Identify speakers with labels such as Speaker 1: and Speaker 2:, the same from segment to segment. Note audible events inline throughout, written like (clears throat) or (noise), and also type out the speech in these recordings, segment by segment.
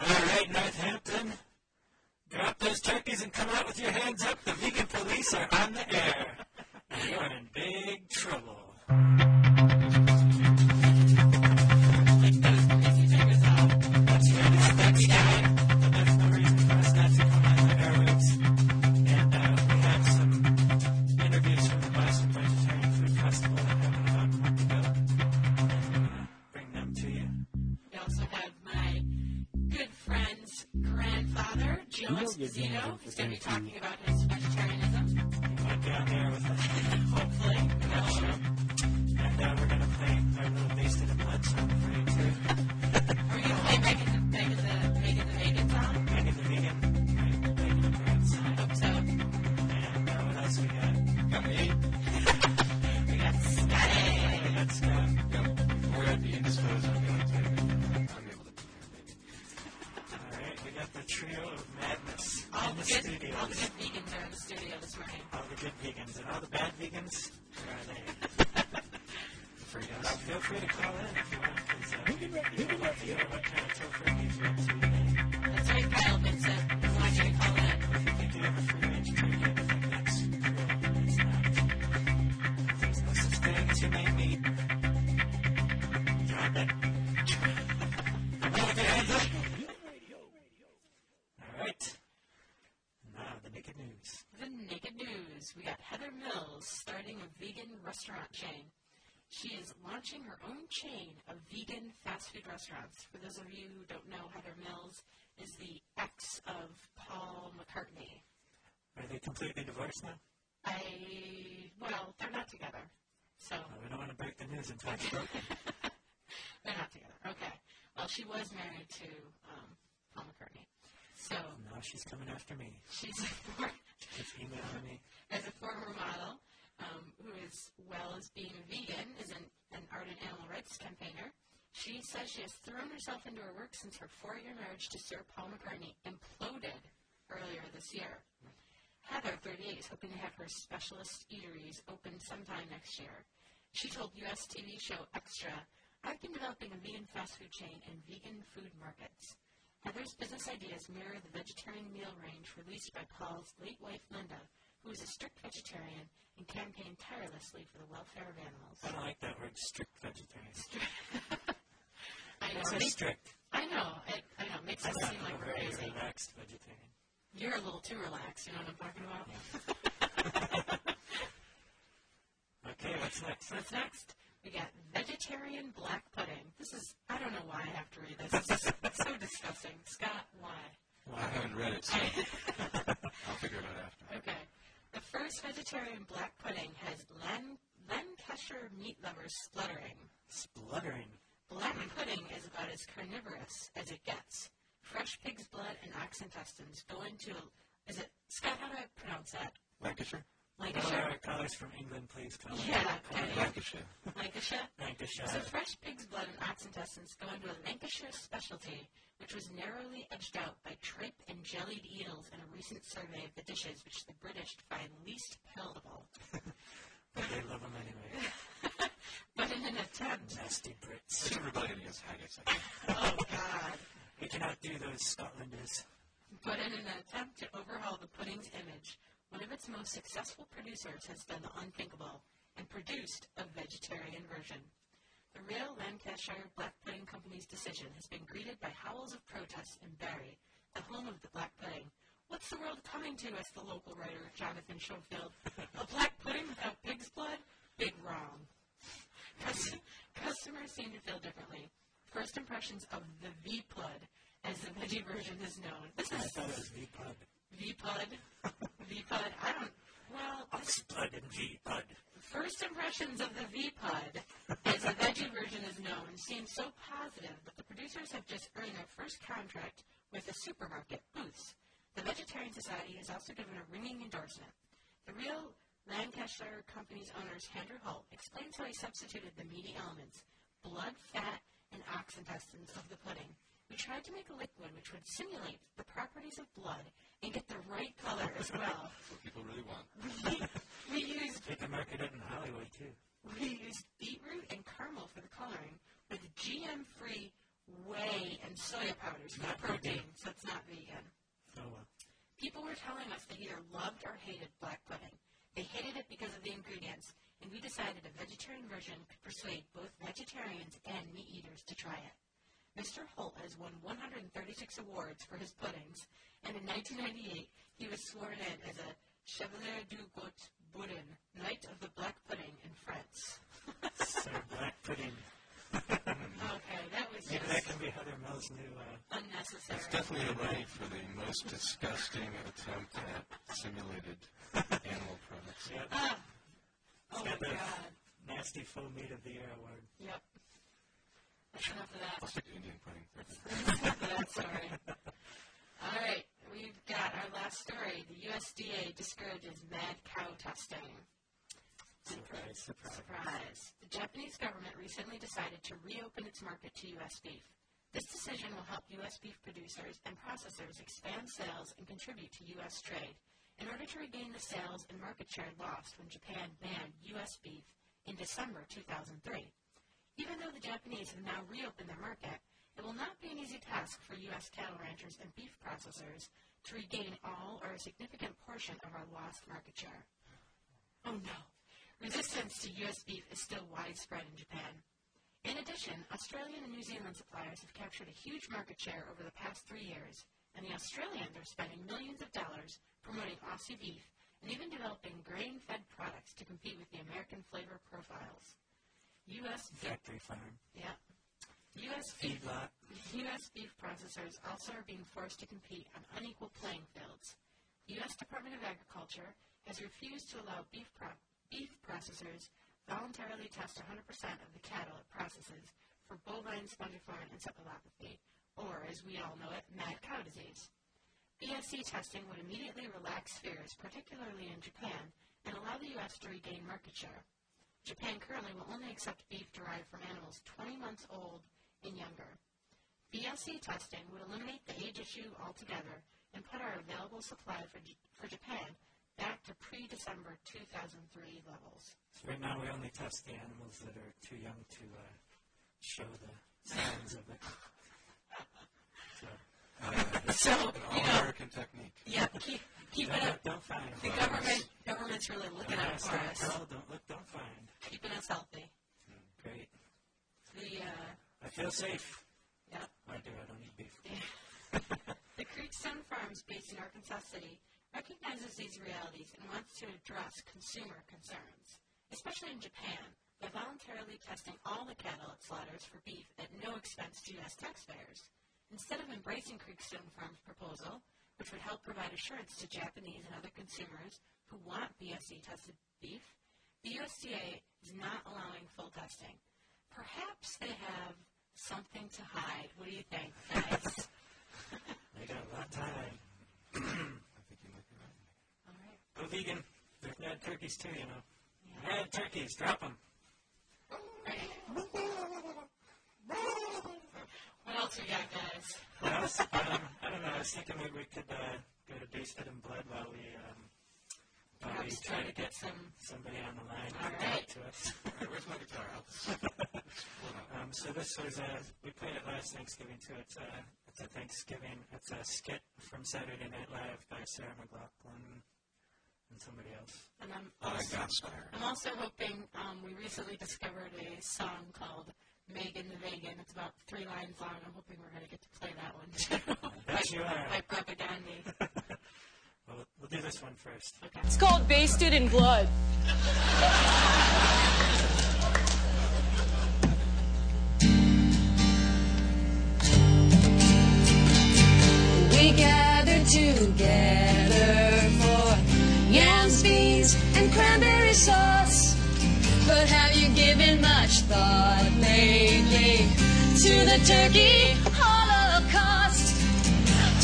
Speaker 1: right, Northampton. Drop those turkeys and come out with your hands up. The vegan police are on the air. Now You're in big trouble. That's right. It's the next guy. But that's no reason for us not to come on the airwaves. And uh, we have some interviews from the Boston Vegetarian Food Festival that happened about a month ago. And we're gonna bring them to you.
Speaker 2: We also have my good friend's grandfather, Gino Esposito, who's going to be talking about his vegetarianism.
Speaker 1: Get down there with us, hopefully, in that show. And uh, we're gonna play our little Based in Blood song for you too.
Speaker 2: Are we going to play Megan the Megan the Megan the Megan song?
Speaker 1: Megan the Vegan, right? Megan the Prince.
Speaker 2: I hope so.
Speaker 1: And uh, what else we got?
Speaker 3: Got me.
Speaker 2: We got Scotty.
Speaker 1: We got Scott.
Speaker 3: Yep. We're at the indisposed. I'm able to. I'm able to.
Speaker 1: All right, we got the trio of madness
Speaker 2: All
Speaker 1: in
Speaker 2: the
Speaker 1: the
Speaker 2: good,
Speaker 1: studio.
Speaker 2: all the good vegans are in the studio this morning.
Speaker 1: All the good vegans and all the bad vegans. Where are they?
Speaker 2: (laughs)
Speaker 3: Free
Speaker 1: Uh,
Speaker 3: us.
Speaker 1: feel free to call in if you want, because uh, we would love to hear what kind of tofu you're up to today.
Speaker 2: That's right, Kyle Vincent. We want you to call in.
Speaker 1: If you think you have a free range turkey, I think that's real. It's not. There's no such thing as humane meat. Drop it. Drop your hands up. All right. Now the naked news.
Speaker 2: The Naked News. We got Heather Mills starting a vegan restaurant chain. She is launching her own chain of vegan fast food restaurants. For those of you who don't know, Heather Mills is the ex of Paul McCartney.
Speaker 1: Are they completely divorced now?
Speaker 2: I, well, they're not together. So,
Speaker 1: Well, we don't want to break the news until
Speaker 2: (laughs)
Speaker 1: it's broken.
Speaker 2: they're not together. Okay. Well, she was married to um, Paul McCartney. So,
Speaker 1: Now she's coming after me.
Speaker 2: she's (laughs) a
Speaker 1: She's emailing me.
Speaker 2: as a former model um, who, as well as being a vegan, is an, an art and animal rights campaigner. She says she has thrown herself into her work since her four year marriage to Sir Paul McCartney imploded earlier this year. Heather, 38, is hoping to have her specialist eateries open sometime next year. She told U.S. TV show Extra, I've been developing a vegan fast food chain and vegan food markets. Heather's business ideas mirror the vegetarian meal range released by Paul's late wife, Linda, who is a strict vegetarian and campaigned tirelessly for the welfare of
Speaker 1: I
Speaker 2: animals.
Speaker 1: don't like that word, strict vegetarian.
Speaker 2: (laughs) I know,
Speaker 1: It's so
Speaker 2: it-
Speaker 1: strict.
Speaker 2: I know, it, I know, it makes
Speaker 1: I
Speaker 2: us
Speaker 1: thought
Speaker 2: seem
Speaker 1: I'm
Speaker 2: like
Speaker 1: a
Speaker 2: we're
Speaker 1: very
Speaker 2: crazy.
Speaker 1: relaxed vegetarian.
Speaker 2: You're a little too relaxed, you know what I'm talking about? (laughs)
Speaker 1: Okay, what's next?
Speaker 2: What's next? We got vegetarian black pudding. This is, I don't know why I have to read this. It's just (laughs) so disgusting. Scott, why?
Speaker 3: I haven't read
Speaker 2: (laughs)
Speaker 3: it, so I'll figure it out after.
Speaker 2: Okay. The first vegetarian black pudding has Lan- Lancashire meat lovers spluttering.
Speaker 1: Spluttering.
Speaker 2: Black pudding is about as carnivorous as it gets. Fresh pig's blood and oxen intestines go into a. Is it. Scott, how do I pronounce that?
Speaker 3: Lancashire?
Speaker 1: All
Speaker 2: Lancashire?
Speaker 1: our callers from England, please call in.
Speaker 2: Yeah, kind of.
Speaker 3: Lancashire.
Speaker 2: Lancashire?
Speaker 1: Lancashire.
Speaker 2: So fresh pig's blood and ox intestines go into a Lancashire specialty, which was narrowly edged out by tripe and jellied eels in a recent survey of the dishes which the British find least palatable.
Speaker 1: But they love them
Speaker 2: (laughs)
Speaker 1: anyway.
Speaker 2: But in an attempt,
Speaker 1: Nasty Brits.
Speaker 3: It's a rebellion against haggis, I think.
Speaker 2: (laughs) oh god!
Speaker 1: We cannot do those Scotlanders.
Speaker 2: But in an attempt to overhaul the pudding's image, one of its most successful producers has done the unthinkable and produced a vegetarian version. The real Lancashire Black Pudding Company's decision has been greeted by howls of protest in Barry, the home of the black pudding. What's the world coming to, as the local writer Jonathan Schofield? A black pudding without pig's blood? Big wrong. Cus- Customers seem to feel differently. First impressions of the V Plud, as the veggie version is known. This
Speaker 1: I
Speaker 2: is
Speaker 1: thought it was V-Pud.
Speaker 2: V Plud. V Plud. I don't. Well,
Speaker 1: Oxblood and V-Pud.
Speaker 2: first impressions of the V Plud, as the veggie version is known, seem so positive that the producers have just earned their first contract with a supermarket, Booths. The Vegetarian Society has also given a ringing endorsement. The real Lancashire company's owners, Andrew Holt, explains how he substituted the meaty elements, blood, fat, and ox intestines of the pudding. We tried to make a liquid which would simulate the properties of blood and get the right color as well. (laughs)
Speaker 3: That's what people really want.
Speaker 2: we used
Speaker 1: They can market it in Hollywood, too.
Speaker 2: we used beetroot and caramel for the coloring with GM free whey and soya powders for the protein, so it's not vegan.
Speaker 1: Oh, well.
Speaker 2: People were telling us they either loved or hated black pudding. They hated it because of the ingredients, and we decided a vegetarian version could persuade both vegetarians and meat eaters to try it. Mr. Holt has won 136 awards for his puddings, and in 1998 he was sworn in as a Chevalier du Goût Boudin, Knight of the Black Pudding in France.
Speaker 1: So black pudding.
Speaker 2: okay, that was
Speaker 1: Maybe that
Speaker 2: just
Speaker 1: can be Heather Mill's new. Uh,
Speaker 2: unnecessary.
Speaker 3: It's definitely a ready for the most disgusting attempt at simulated animal products.
Speaker 1: yeah,
Speaker 2: Ah, oh my
Speaker 1: got the
Speaker 2: god.
Speaker 1: nasty faux meat of the year award.
Speaker 2: Yep. That's enough of that.
Speaker 3: I'll stick to Indian pudding.
Speaker 2: That's sorry. All right, we've got our last story. The USDA discourages mad cow testing.
Speaker 1: Surprise, surprise.
Speaker 2: Surprise. The Japanese government recently decided to reopen its market to U.S. beef. This decision will help U.S. beef producers and processors expand sales and contribute to U.S. trade in order to regain the sales and market share lost when Japan banned U.S. beef in December 2003. Even though the Japanese have now reopened their market, it will not be an easy task for U.S. cattle ranchers and beef processors to regain all or a significant portion of our lost market share. Oh no. Resistance to U.S. beef is still widespread in Japan. In addition, Australian and New Zealand suppliers have captured a huge market share over the past three years, and the Australians are spending millions of dollars promoting Aussie beef and even developing grain fed products to compete with the American flavor profiles. U.S. beef.
Speaker 1: (laughs) Factory farm.
Speaker 2: Yeah. U.S. beef.
Speaker 1: Feedlot.
Speaker 2: U.S. beef processors also are being forced to compete on unequal playing fields. The U.S. Department of Agriculture has refused to allow beef, pro- beef processors voluntarily test 100% of the cattle it processes for bovine spongiform encephalopathy, or as we all know it, mad cow disease. BSE testing would immediately relax fears, particularly in Japan, and allow the U.S. to regain market share. Japan currently will only accept beef derived from animals 20 months old and younger. BSE testing would eliminate the age issue altogether and put our available supply for, J- for Japan back to pre December 2003 levels.
Speaker 1: So right now we only test the animals that are too young to uh, show the signs of it. So uh,
Speaker 2: So,
Speaker 3: An
Speaker 2: you know,
Speaker 3: all-American technique.
Speaker 2: yeah, keep, keep it up.
Speaker 1: don't, don't find.
Speaker 2: The government, government's really looking out
Speaker 1: Don't
Speaker 2: for
Speaker 1: ask,
Speaker 2: us,
Speaker 1: don't tell, don't look, don't find.
Speaker 2: keeping us healthy.
Speaker 1: Great.
Speaker 2: The, uh,
Speaker 1: I feel safe.
Speaker 2: yeah.
Speaker 1: I do. I don't eat
Speaker 3: (laughs)
Speaker 1: beef.
Speaker 2: The Creekstone Farms, based in Arkansas City, recognizes these realities and wants to address consumer concerns, especially in Japan, by voluntarily testing all the cattle it slaughters for beef at no expense to U.S. taxpayers. Instead of embracing Creekstone Farms' proposal, which would help provide assurance to Japanese and other consumers who want BSE tested beef, the USDA is not allowing full testing. Perhaps they have something to hide. What do you think, guys?
Speaker 1: They got a lot to hide.
Speaker 3: I think you might be right.
Speaker 2: All right.
Speaker 1: Go vegan. There's mad turkeys too, you know.
Speaker 2: Yeah.
Speaker 1: Mad turkeys. Drop them.
Speaker 2: What else we got, guys?
Speaker 1: What else? um, I don't know. I was thinking maybe we could uh, go to Basted in Blood while we um, while we
Speaker 2: Perhaps
Speaker 1: try
Speaker 2: try
Speaker 1: to get
Speaker 2: some.
Speaker 1: somebody on the line
Speaker 2: All
Speaker 1: to
Speaker 2: right.
Speaker 1: talk to us.
Speaker 3: Alright, where's my guitar? I'll
Speaker 1: (laughs)
Speaker 3: just
Speaker 1: Um, so this was uh we played it last Thanksgiving too. It's a it's a Thanksgiving it's a skit from Saturday Night Live by Sarah McLaughlin and somebody else.
Speaker 2: And I'm
Speaker 3: Oh, I
Speaker 2: also,
Speaker 3: got Spire.
Speaker 2: I'm also hoping um, we recently discovered a song called Megan the Vegan. It's about three lines long. I'm hoping we're going to get to play that one
Speaker 1: (laughs)
Speaker 2: too.
Speaker 1: bet you are.
Speaker 2: By Propaganda.
Speaker 1: Well, we'll do this one first.
Speaker 4: It's called Basted in Blood.
Speaker 5: We gather together for yams, beans, and cranberry sauce. But have you given much thought lately to the turkey holocaust?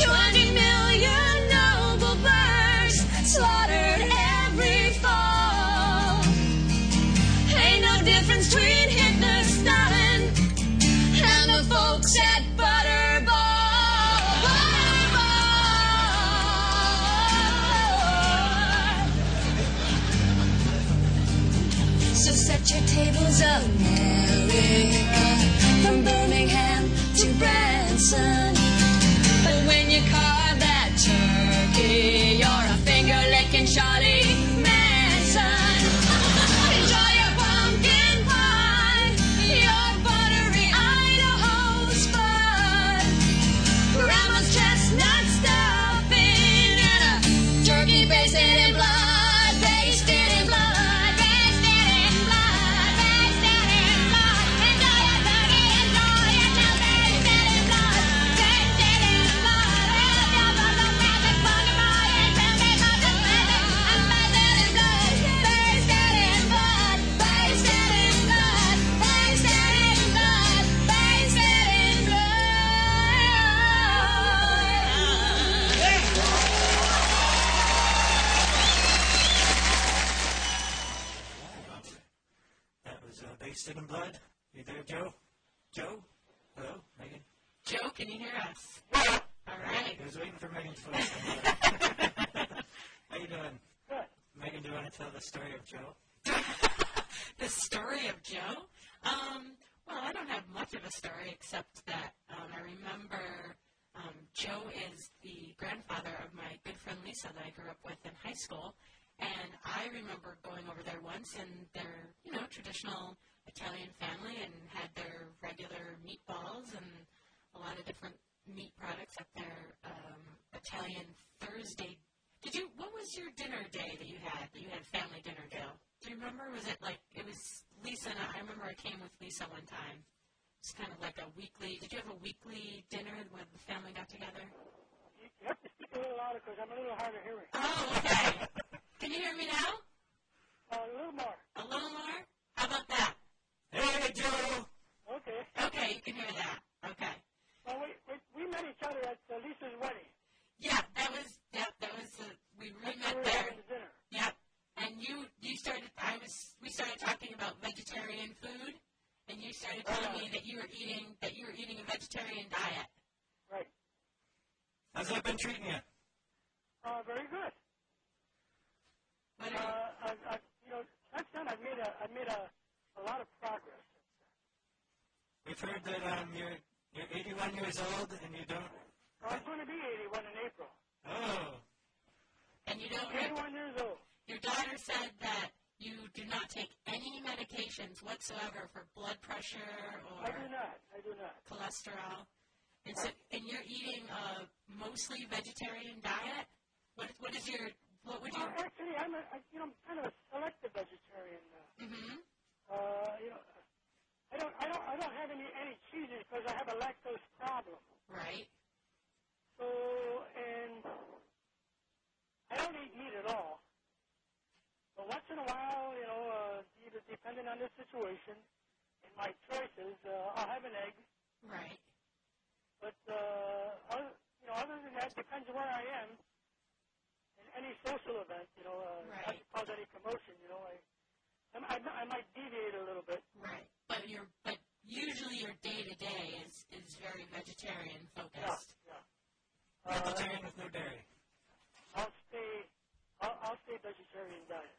Speaker 5: 200 million noble birds slaughtered every fall. Ain't no difference between Hitler, Stalin, and the folks at Butterball. Butterball. So set your tables, America, from Birmingham to (laughs)
Speaker 1: uh, Megan Foot.
Speaker 2: (laughs)
Speaker 1: How you doing?
Speaker 6: Good.
Speaker 1: Megan, do you want to tell the story of Joe?
Speaker 2: the story of Joe? Um, well, I don't have much of a story except that um, I remember um, Joe is the grandfather of my good friend Lisa that I grew up with in high school. And I remember going over there once and their, you know, traditional Italian family and had their regular meatballs and a lot of different meat products at their um, Italian Thursday. Did you? What was your dinner day that you had? That you had family dinner, Joe? Do you remember? Was it like it was Lisa and I? I remember I came with Lisa one time. It's kind of like a weekly. Did you have a weekly dinner when the family got together?
Speaker 6: You you have to speak a little louder because I'm a little hard of hearing.
Speaker 2: Oh, okay. Can you hear me now?
Speaker 6: Uh, a little more.
Speaker 2: A little more? How about that?
Speaker 1: Hey, Joe!
Speaker 6: Okay.
Speaker 2: Okay, you can hear that. Okay.
Speaker 6: Well, we, we, we met each other at uh, Lisa's wedding.
Speaker 2: Yeah, that was yeah, that was the, we really
Speaker 6: We
Speaker 2: met
Speaker 6: were
Speaker 2: there.
Speaker 6: having the dinner.
Speaker 2: Yep. And you you started I was we started talking about vegetarian food and you started telling
Speaker 6: Uh-huh.
Speaker 2: me that you were eating that you were eating a vegetarian diet.
Speaker 6: Right.
Speaker 1: How's that been treating you?
Speaker 6: Uh, very good.
Speaker 2: What are,
Speaker 6: Uh, I've, I've, you know, since then I've made a I've made a, a lot of progress.
Speaker 1: We've heard that um, you're you're 81 years old and you don't.
Speaker 6: I'm going to be 81 in April.
Speaker 1: Oh,
Speaker 2: and you don't
Speaker 6: 81 years old.
Speaker 2: your daughter said that you do not take any medications whatsoever for blood pressure or
Speaker 6: I do not. I do not.
Speaker 2: cholesterol. And so and you're eating a mostly vegetarian diet? What what is your what would
Speaker 6: Well,
Speaker 2: you
Speaker 6: Uh, actually, I'm a, I, you know, I'm kind of a selective vegetarian. Uh,
Speaker 2: mhm.
Speaker 6: uh, you know, I don't, I don't, I don't have any any cheeses because I have a lactose problem.
Speaker 2: Right.
Speaker 6: So, and I don't eat meat at all. But once in a while, you know, uh, either depending on the situation and my choices, uh, I'll have an egg.
Speaker 2: Right.
Speaker 6: But uh, other, you know, other than that, depends where I am. In any social event, you know, uh, not
Speaker 2: Right.
Speaker 6: to cause any commotion, you know, I, I'm- I, mi- I might deviate a little bit.
Speaker 2: Right. But your but usually your day to day is is very vegetarian focused.
Speaker 6: Yeah. Uh,
Speaker 1: vegetarian with no dairy.
Speaker 6: I'll stay, I'll, I'll stay vegetarian diet.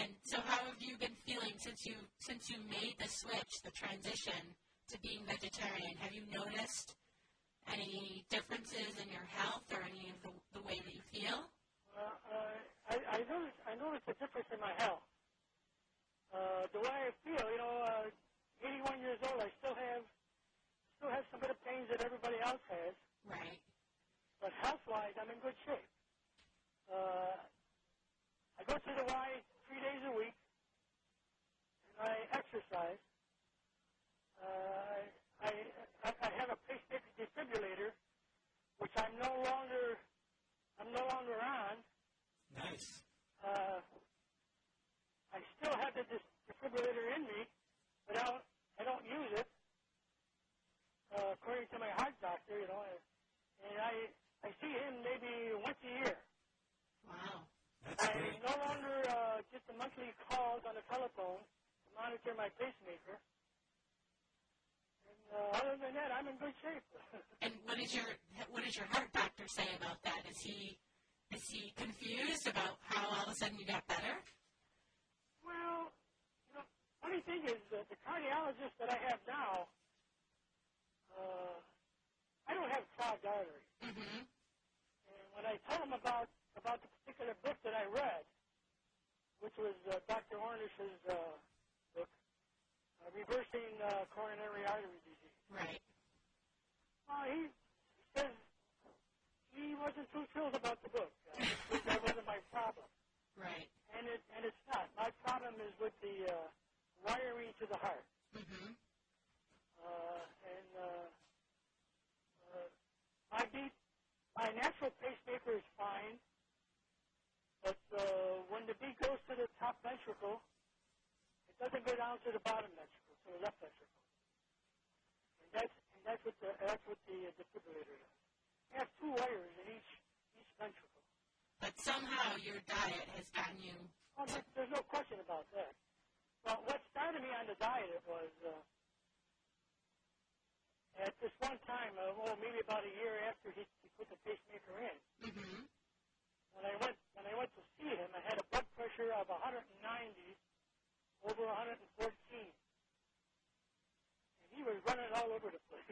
Speaker 2: And so how have you been feeling since you since you made the switch, the transition to being vegetarian? Have you noticed any differences in your health or any of the, the way that you feel?
Speaker 6: Uh, uh, I, I noticed, I noticed a difference in my health. Uh, the way I feel, you know, uh, 81 years old, I still have, still have some bit of pains that everybody else has.
Speaker 2: Right.
Speaker 6: But health-wise, I'm in good shape. Uh, I go to the Y three days a week, and I exercise. Uh, I, I, I have a pacemaker defibrillator, which I'm no longer, I'm no longer on.
Speaker 1: Nice.
Speaker 6: Uh, I still have the dis- defibrillator in me, but I don't, I don't use it. Uh, according to my heart doctor, you know, and I, I see him maybe once a year.
Speaker 2: Wow.
Speaker 1: That's
Speaker 6: I
Speaker 1: great.
Speaker 6: no longer uh, get the monthly calls on the telephone to monitor my pacemaker. And uh, other than that, I'm in good shape. (laughs)
Speaker 2: And what is your what does your heart doctor say about that? Is he is he confused about how all of a sudden you got better?
Speaker 6: well, you know, funny thing is that the cardiologist that I have now, uh, I don't have clogged arteries.
Speaker 2: Mm-hmm.
Speaker 6: And when I tell him about about the particular book that I read, which was uh, Dr. Ornish's uh, book, uh, Reversing uh, Coronary Artery Disease,
Speaker 2: Right.
Speaker 6: uh, he says he wasn't too thrilled about the book. Uh, that wasn't my problem,
Speaker 2: (laughs) Right.
Speaker 6: and it and it's not. My problem is with the uh, wiring to the heart.
Speaker 2: Mm-hmm.
Speaker 6: uh, and uh, uh, my beat, my natural pacemaker is fine, but uh, when the beat goes to the top ventricle, it doesn't go down to the bottom ventricle, to the left ventricle, and that's and that's what the that's what the uh, defibrillator does. It has two wires in each each ventricle.
Speaker 2: But somehow your diet has gotten you.
Speaker 6: Oh, there- there's no question about that. Well, what started me on the diet was uh, uh, oh, at this one time, uh, well, maybe about a year after he, he put the pacemaker in, over 114. And he was running all over the place.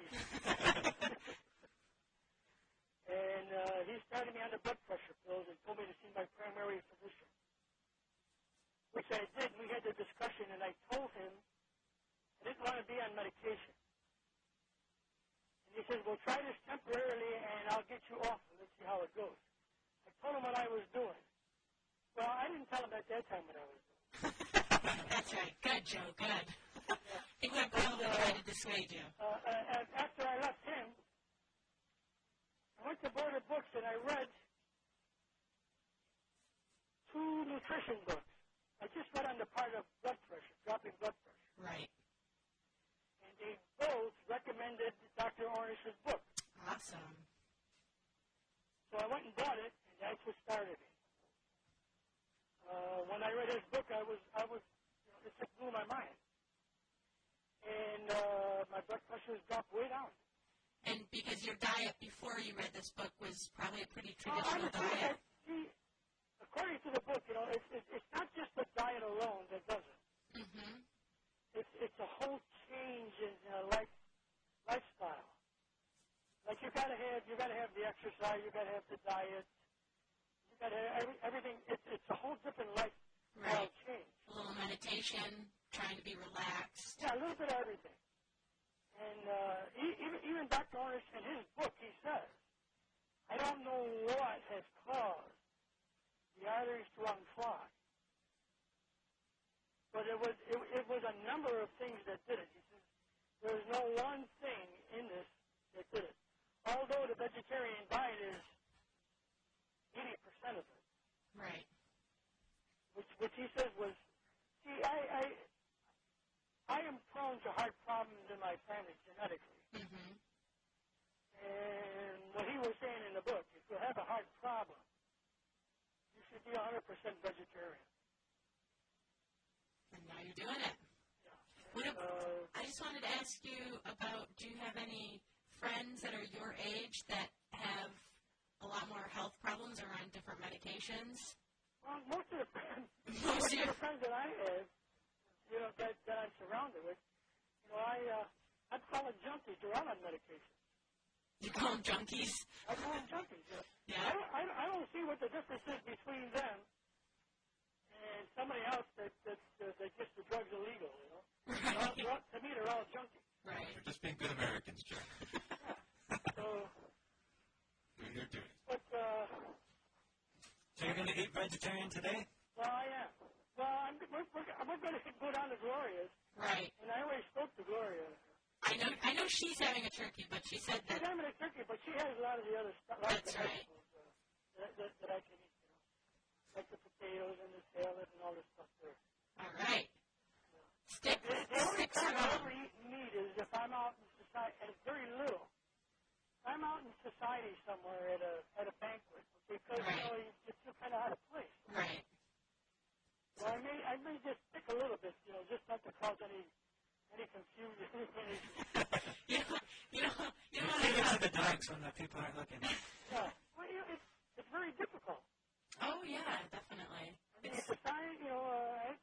Speaker 6: (laughs) and uh, he started me on the blood pressure pills and told me to see my primary physician, which I did. We had the discussion, and I told him I didn't want to be on medication. And he says, well, try this temporarily, and I'll get you off, and let's see how it goes. I told him what I was doing. Well, I didn't tell him at that time what I was doing.
Speaker 2: That's right. Good, Joe. Good. I think I probably tried to dissuade you.
Speaker 6: uh, uh, and after I left him, I went to Border Books and I read two nutrition books. I just read on the part of blood pressure, dropping blood pressure.
Speaker 2: Right.
Speaker 6: And they both recommended Dr. Ornish's book.
Speaker 2: Awesome.
Speaker 6: So I went and bought it, and that's what started it. Uh, when I read his book, I was, I was, you know, it just blew my mind. And uh, my blood pressure was dropped way down.
Speaker 2: And because your diet before you read this book was probably a pretty
Speaker 6: Well, I
Speaker 2: traditional
Speaker 6: would say
Speaker 2: diet.
Speaker 6: that, see, according to the book, you know, it's, it's, it's not just the diet alone that does it.
Speaker 2: Mm-hmm.
Speaker 6: It's, it's a whole change in uh, life, lifestyle. Like you gotta have, you gotta have the exercise, you gotta have the diet, you gotta have every, everything. It's, it's a whole different lifestyle
Speaker 2: Right.
Speaker 6: change.
Speaker 2: A little meditation, trying to be relaxed.
Speaker 6: Yeah, a little bit of everything. And uh, e- even, even Dr. Ornish, in his book, he says, I don't know what has caused the arteries to unclog. But it was, it, it was a number of things that did it. He says, there's no one thing in this that did it. Although the vegetarian diet is 80% of it
Speaker 2: Right.
Speaker 6: which which he says was, see, I I, I am prone to heart problems in my family genetically,
Speaker 2: Mm-hmm.
Speaker 6: and what he was saying in the book, if you have a heart problem, you should be 100% vegetarian.
Speaker 2: And now you're doing it. What ab-
Speaker 6: Uh,
Speaker 2: I just wanted to ask you about do you have any friends that are your age that have a lot more health problems or on different medications?
Speaker 6: well, most of the
Speaker 2: (laughs)
Speaker 6: friends,
Speaker 2: Most
Speaker 6: most
Speaker 2: of
Speaker 6: of
Speaker 2: your-
Speaker 6: the friends that I have, you know, that that I'm surrounded with, you know, I uh, I'd call them junkies. They're all on medication.
Speaker 2: You call them junkies?
Speaker 6: I call them junkies. You know. I
Speaker 2: Yeah.
Speaker 6: don't, I don't, I don't see what the difference is between them and somebody else that that that, that gets the drugs illegal. You know, they're all,
Speaker 2: Right.
Speaker 6: they're all, to me they're all junkies.
Speaker 2: Right.
Speaker 3: They're just being good Americans, Joe.
Speaker 6: So,
Speaker 3: Doing their duty.
Speaker 6: but uh,
Speaker 1: So you're going to eat vegetarian today?
Speaker 6: well, I am. Well, I'm, we're, we're, we're going to go down to Gloria's,
Speaker 2: Right.
Speaker 6: and I already spoke to Gloria.
Speaker 2: I know. I know she's having a turkey, but she said
Speaker 6: She's
Speaker 2: that.
Speaker 6: having a turkey, but she has a lot of the other stuff, a lot of
Speaker 2: That's
Speaker 6: the
Speaker 2: right.
Speaker 6: vegetables uh, that, that, that I can eat, you know, like the potatoes and the salad and all this stuff there.
Speaker 2: All right. Stick.
Speaker 6: The the only
Speaker 2: Sticks
Speaker 6: time I
Speaker 2: around.
Speaker 6: ever eat meat is if I'm out in society, and it's very little. If I'm out in society somewhere at a at a banquet because you know you you feel kind of out of place.
Speaker 2: Right.
Speaker 6: So I may I may just pick a little bit, you know, just not to cause any any confusion. (laughs) any,
Speaker 2: (laughs) You know. You know. You know
Speaker 1: You
Speaker 2: what
Speaker 1: think
Speaker 2: I
Speaker 1: it's
Speaker 2: love?
Speaker 1: the dogs when the people aren't looking.
Speaker 6: yeah. Well, you know, it's it's very difficult.
Speaker 2: Oh yeah, definitely.
Speaker 6: I mean, society, you know, uh,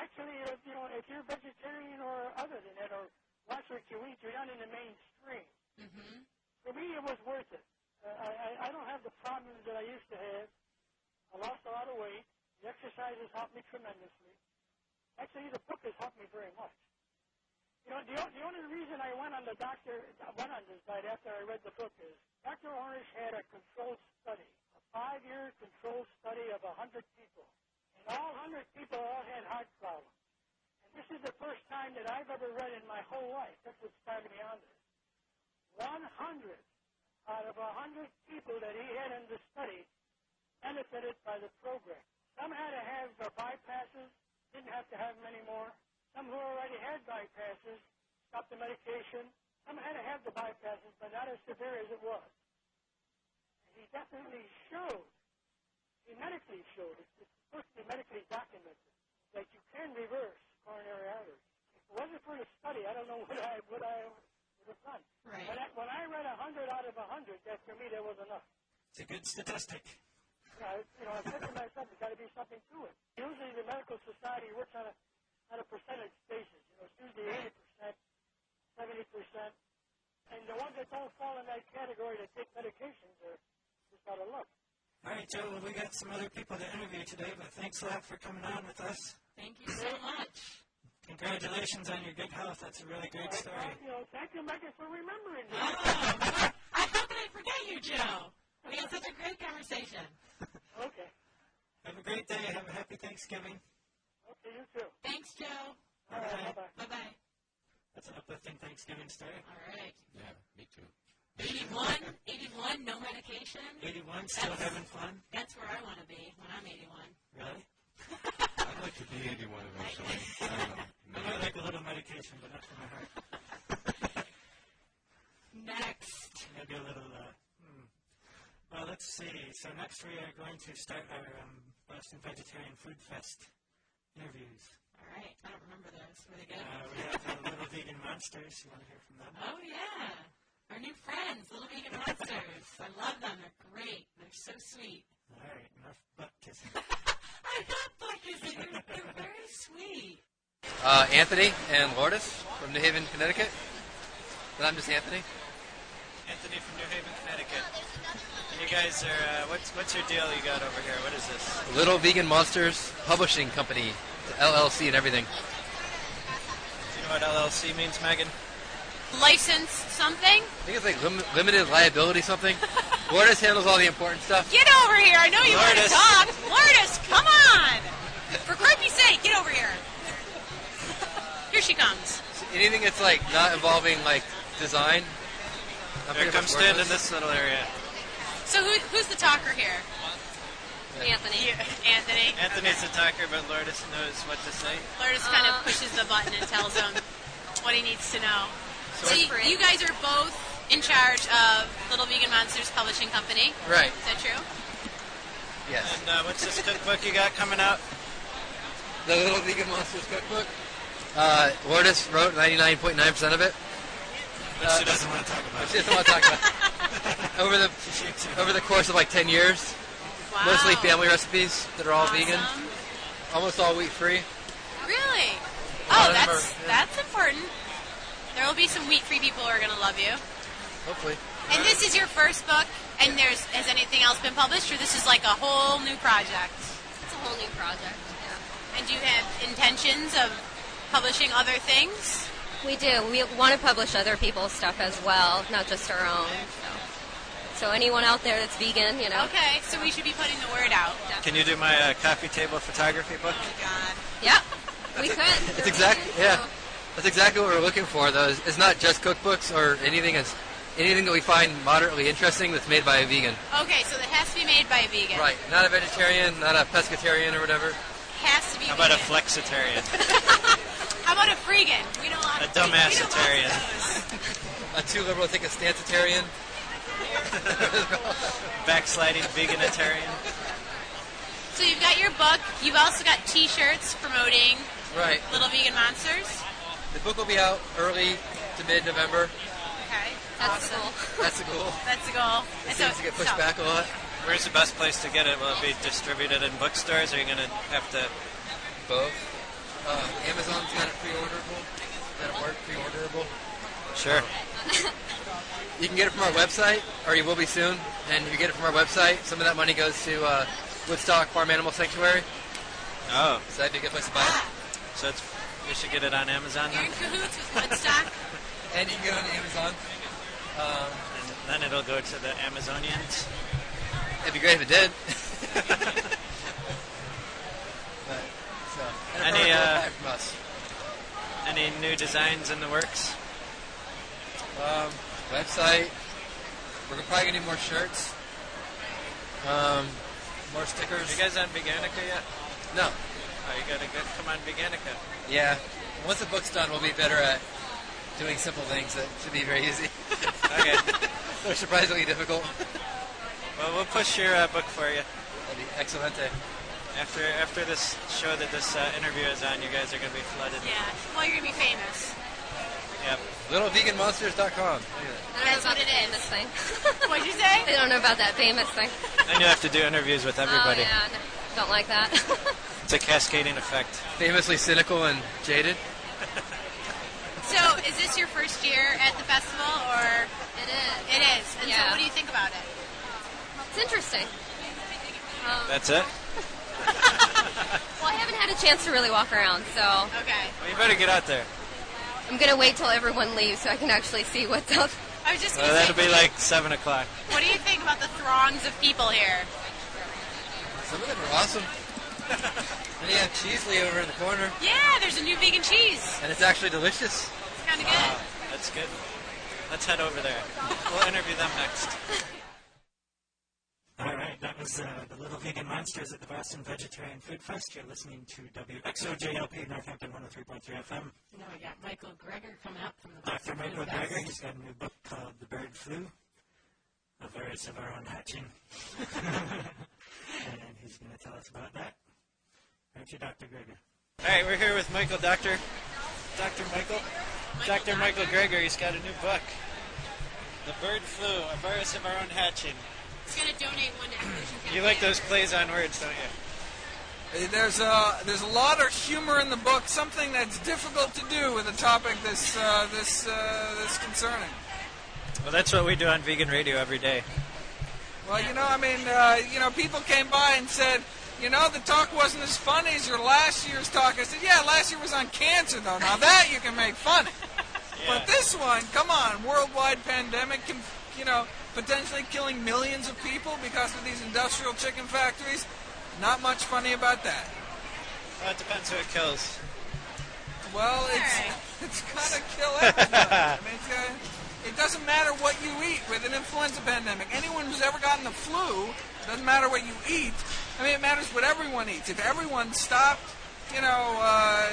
Speaker 6: actually, if, you know, if you're vegetarian or other than that, or watch what you eat, you're not in the mainstream.
Speaker 2: Mm-hmm.
Speaker 6: for me, it was worth it. Uh, I, I- I don't have the problems that I used to have. I lost a lot of weight. The exercise has helped me tremendously. Actually, the book has helped me very much. You know, the, o- the only reason I went on the doctor, I went on this diet after I read the book is Dr. Ornish had a controlled study, a five-year controlled study of 100 people. And all 100 people all had heart problems. And this is the first time that I've ever read in my whole life. That's what started me on this. 100 out of 100 people that he had in the study benefited by the program. Some had to have uh, bypasses, didn't have to have them anymore. Some who already had bypasses stopped the medication. Some had to have the bypasses, but not as severe as it was. And he definitely showed, he medically showed, it's it's supposed to be medically documented, that you can reverse coronary arteries. If it wasn't for the study, I don't know (laughs) what I, what I would have done. When
Speaker 2: Right.
Speaker 6: I, when I read 100 out of 100, that for me, that was enough.
Speaker 1: It's a good statistic.
Speaker 6: You know, I, you know, I said to myself, there's got to be something to it. Usually the medical society works on a, on a percentage basis. You know, it's usually 80%, 70%. And the ones that don't fall in that category that take medications are just out of luck.
Speaker 1: All right, Joe, well, we got some other people to interview today, but thanks a lot for coming on with us.
Speaker 2: Thank you so much.
Speaker 1: Congratulations on your good health. That's a really great story.
Speaker 6: Thank you, thank you, Megan, for remembering me.
Speaker 2: Oh, I how could I forget you, Joe? We had such a great conversation.
Speaker 6: Okay.
Speaker 1: Have a great day. Have a happy Thanksgiving.
Speaker 6: Okay, you too.
Speaker 2: Thanks, Joe.
Speaker 6: All right, bye-bye.
Speaker 2: Bye bye.
Speaker 1: That's an uplifting Thanksgiving story.
Speaker 2: All right.
Speaker 3: Yeah, me too.
Speaker 2: 81, 81, no medication.
Speaker 1: 81, still having fun?
Speaker 2: That's where I want to be when I'm 81.
Speaker 1: Really?
Speaker 3: I'd like to be 81 eventually. I don't
Speaker 1: I
Speaker 3: know.
Speaker 1: might like a little medication, but not for my heart. (laughs)
Speaker 2: Next.
Speaker 1: Maybe a little, uh, hmm. Well, let's see. So next we are going to start our um, Boston Vegetarian Food Fest interviews.
Speaker 2: All right. I don't remember those. Were they
Speaker 1: Uh,
Speaker 2: good?
Speaker 1: we have the Little Vegan Monsters. You want to hear from them?
Speaker 2: Oh, yeah. Our new friends, Little Vegan Monsters. I love them. They're great. They're so sweet.
Speaker 1: All right, enough butt kissing.
Speaker 2: (laughs) I love Buckers. They're,
Speaker 1: (laughs)
Speaker 2: they're very sweet.
Speaker 7: Uh, Anthony and Lourdes from New Haven, Connecticut. But I'm just Anthony.
Speaker 8: Anthony from New Haven, Connecticut. And you guys are, uh, what's, what's your deal you got over here? What is this?
Speaker 7: Little Vegan Monsters Publishing Company, LLC and everything.
Speaker 8: Do you know what LLC means, Megan?
Speaker 4: License something?
Speaker 7: I think it's like lim- limited liability something. Lourdes handles all the important stuff.
Speaker 4: Get over here. I know you want to
Speaker 8: Lourdes.
Speaker 4: talk. Lourdes, come on. For creepy's sake, get over here. Here she comes.
Speaker 7: Anything that's like not involving like design. I'm pretty
Speaker 8: Here
Speaker 7: much
Speaker 8: comes stand in
Speaker 7: Lourdes.
Speaker 8: this little area.
Speaker 4: So who, who's the talker here? Anthony. Anthony.
Speaker 8: Anthony's a talker, but Lourdes knows what to say.
Speaker 7: Uh.
Speaker 4: Lourdes kind of pushes the button and tells him what he needs to know. So, you, you guys are both in charge of Little Vegan Monsters Publishing Company.
Speaker 7: Right.
Speaker 4: Is that true?
Speaker 7: Yes.
Speaker 8: And uh, what's this cookbook you got coming out?
Speaker 7: The Little Vegan Monsters Cookbook. Uh, Lourdes wrote 99.9% of it.
Speaker 8: But she doesn't want to talk about
Speaker 7: She doesn't want to talk about. it. over the over the course of like 10 years,
Speaker 4: Wow.
Speaker 7: mostly family recipes that are all vegan,
Speaker 4: Awesome.
Speaker 7: almost all wheat free.
Speaker 4: Really?
Speaker 7: lot
Speaker 4: Oh,
Speaker 7: of them
Speaker 4: that's
Speaker 7: are- yeah.
Speaker 4: that's important. There will be some wheat-free people who are going to love you.
Speaker 7: Hopefully.
Speaker 4: And this is your first book, and there's has anything else been published, or this is like a whole new project?
Speaker 5: It's a whole new project.
Speaker 4: And do you have intentions of publishing other things?
Speaker 5: We do. We want to publish other people's stuff as well, not just our own. So, so anyone out there that's vegan, you know.
Speaker 4: Okay, so we should be putting the word out.
Speaker 8: it. Can you do my uh, coffee table photography book?
Speaker 4: Oh God.
Speaker 5: Yep. We could.
Speaker 7: That's exactly yeah. That's exactly what we're looking for. Though is- it's not just cookbooks or anything. It's anything that we find moderately interesting that's made by a vegan.
Speaker 4: Okay, so it has to be made by a vegan.
Speaker 7: Right. Not a vegetarian. Not a pescatarian or whatever.
Speaker 4: Has to be.
Speaker 8: How about a
Speaker 4: vegan.
Speaker 8: flexitarian?
Speaker 4: How about a freegan? We don't want
Speaker 8: A dumbassitarian.
Speaker 7: A too liberal to take a stancitarian.
Speaker 8: Backsliding veganitarian?
Speaker 4: So you've got your book. You've also got T-shirts promoting
Speaker 7: Right.
Speaker 4: Little Vegan Monsters.
Speaker 7: The book will be out early to mid-November.
Speaker 4: Okay,
Speaker 5: That's
Speaker 4: awesome.
Speaker 5: cool.
Speaker 7: That's the goal.
Speaker 4: That's the goal.
Speaker 7: It seems to get pushed back a lot.
Speaker 8: Where's the best place to get it? Will it be distributed in bookstores? Or are you going to have to
Speaker 7: Both. Uh, Amazon's got it pre-orderable. Got it work pre-orderable. Um,
Speaker 8: Sure.
Speaker 7: You can get it from our website, or you will be soon. And if you get it from our website, some of that money goes to uh, Woodstock Farm Animal Sanctuary.
Speaker 8: Oh,
Speaker 7: So that'd be a good place to buy it.
Speaker 8: so it's, we should get it on Amazon
Speaker 4: You're
Speaker 8: then?
Speaker 4: in cahoots with Woodstock.
Speaker 7: And you can get it on Amazon. Um,
Speaker 8: And then it'll go to the Amazonians.
Speaker 7: It'd be great if it
Speaker 8: (laughs)
Speaker 7: did. but, so, and
Speaker 8: Any,
Speaker 7: a
Speaker 8: uh,
Speaker 7: product from us.
Speaker 8: Any new designs in the works?
Speaker 7: Um, website. We're probably gonna need more shirts. Um, more
Speaker 8: Are
Speaker 7: stickers.
Speaker 8: you guys on Veganica yet?
Speaker 7: no.
Speaker 8: Oh, you gotta go, come on Veganica.
Speaker 7: Yeah. Once the book's done, we'll be better at doing simple things that should be very easy.
Speaker 8: Okay.
Speaker 7: (laughs) They're surprisingly difficult. (laughs)
Speaker 8: well, we'll push your uh, book for you.
Speaker 7: That'd be excellente.
Speaker 8: After after this show that this uh, interview is on, you guys are gonna be flooded.
Speaker 4: yeah. Well, you're gonna be famous.
Speaker 8: Yep.
Speaker 7: LittleVeganMonsters.com.
Speaker 5: That's what it is. This thing.
Speaker 4: What'd you say?
Speaker 5: (laughs) I don't know about that famous thing.
Speaker 8: Then you have to do interviews with everybody.
Speaker 5: Oh, yeah. no, Don't like that. (laughs)
Speaker 8: It's a cascading effect.
Speaker 7: Famously cynical and jaded.
Speaker 4: So, is this your first year at the festival, or
Speaker 5: It is.
Speaker 4: it is? And so,
Speaker 5: Yeah.
Speaker 4: what do you think about it?
Speaker 5: It's interesting. Um,
Speaker 8: That's it.
Speaker 5: well, I haven't had a chance to really walk around, so
Speaker 4: Okay.
Speaker 8: Well, you better get out there.
Speaker 5: I'm gonna wait till everyone leaves so I can actually see what's up.
Speaker 4: I was just
Speaker 8: Well,
Speaker 4: gonna
Speaker 8: that'll
Speaker 4: say,
Speaker 8: be like seven o'clock.
Speaker 4: what do you think about the throngs of people here?
Speaker 7: Some of them are (laughs) awesome. and you have Cheesley over in the corner,
Speaker 4: Yeah, there's a new vegan cheese.
Speaker 7: and it's actually delicious.
Speaker 4: It's kind of
Speaker 8: Wow,
Speaker 4: good.
Speaker 8: that's good. Let's head over there. We'll interview them next.
Speaker 1: All right, that was uh, the Little Vegan Monsters at the Boston Vegetarian Food Fest. You're listening to WXOJLP Northampton 103.3 FM.
Speaker 2: No, we got Michael Greger coming up from the
Speaker 1: Dr.
Speaker 2: Boston Food
Speaker 1: Michael
Speaker 2: Fest.
Speaker 1: Greger, he's got a new book called The Bird Flu, A Virus of Our Own Hatching. (laughs) and he's going to tell us about that. Aren't you, Dr. Greger?
Speaker 8: All right, we're here with Michael, Doctor, Doctor Michael, Doctor Michael Greger. He's got a new book, "The Bird Flu: A Virus of Our Own Hatching."
Speaker 4: He's gonna donate one to Evolution Cafe.
Speaker 8: You like those plays on words, don't you?
Speaker 9: There's a there's a lot of humor in the book. Something that's difficult to do with a topic this uh, this uh, this concerning.
Speaker 8: Well, that's what we do on Vegan Radio every day.
Speaker 9: Well, you know, I mean, uh, you know, people came by and said, you know, the talk wasn't as funny as your last year's talk. I said, yeah, last year was on cancer though. Now that you can
Speaker 8: (laughs)
Speaker 9: make funny, but this one, come on, worldwide pandemic can, you know, potentially killing millions of people because of these industrial chicken factories. Not much funny about that.
Speaker 8: Well, it depends who it kills.
Speaker 9: Well, it's
Speaker 4: Alright.
Speaker 9: (laughs) it's gonna kill everybody. I mean, it's gonna, it doesn't matter what you eat with an influenza pandemic. Anyone who's ever gotten the flu, doesn't matter what you eat. I mean, it matters what everyone eats. If everyone stopped, you know, uh,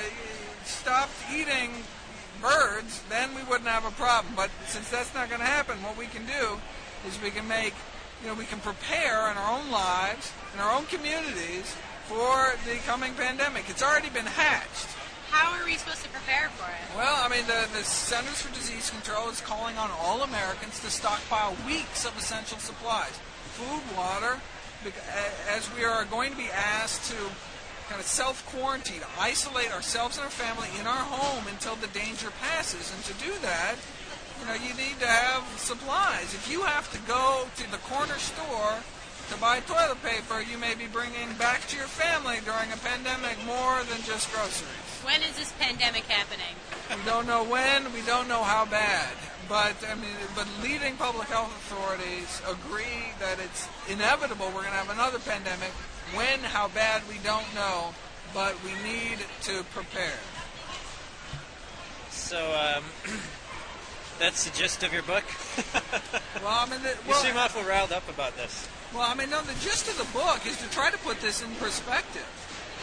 Speaker 9: stopped eating birds, then we wouldn't have a problem. But since that's not going to happen, what we can do is we can make, you know, we can prepare in our own lives, in our own communities, for the coming pandemic. It's already been hatched.
Speaker 4: How are we supposed to prepare for it?
Speaker 9: Well, I mean, the, the Centers for Disease Control is calling on all Americans to stockpile weeks of essential supplies food, water, bec- a- as we are going to be asked to kind of self quarantine, isolate ourselves and our family in our home until the danger passes. And to do that, you know, you need to have supplies. If you have to go to the corner store to buy toilet paper, you may be bringing back to your family during a pandemic more than just groceries.
Speaker 4: When is this pandemic happening?
Speaker 9: We don't know when. We don't know how bad. But I mean, but leading public health authorities agree that it's inevitable. We're going to have another pandemic. When, how bad, we don't know. But we need to prepare.
Speaker 8: So, um, (clears throat) that's the gist of your book.
Speaker 9: Well, I mean, the,
Speaker 8: You
Speaker 9: well,
Speaker 8: seem awful riled up about this.
Speaker 9: Well, I mean, no, the gist of the book is to try to put this in perspective.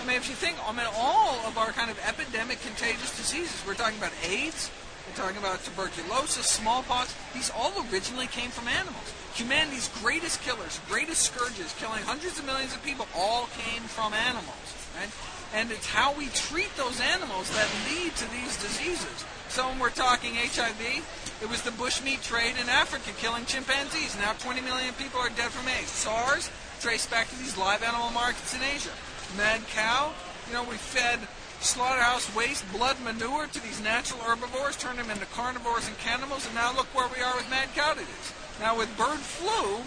Speaker 9: I mean, if you think, I mean, all of our kind of epidemic contagious diseases, we're talking about AIDS, we're talking about tuberculosis, smallpox, these all originally came from animals. Humanity's greatest killers, greatest scourges, killing hundreds of millions of people, all came from animals. Right? And it's how we treat those animals that lead to these diseases. So when we're talking HIV, it was the bushmeat trade in Africa killing chimpanzees. Now 20 million people are dead from AIDS. SARS traced back to these live animal markets in Asia. Mad cow, you know, we fed slaughterhouse waste, blood manure to these natural herbivores, turned them into carnivores and cannibals, and now look where we are with mad cow disease. Now with bird flu,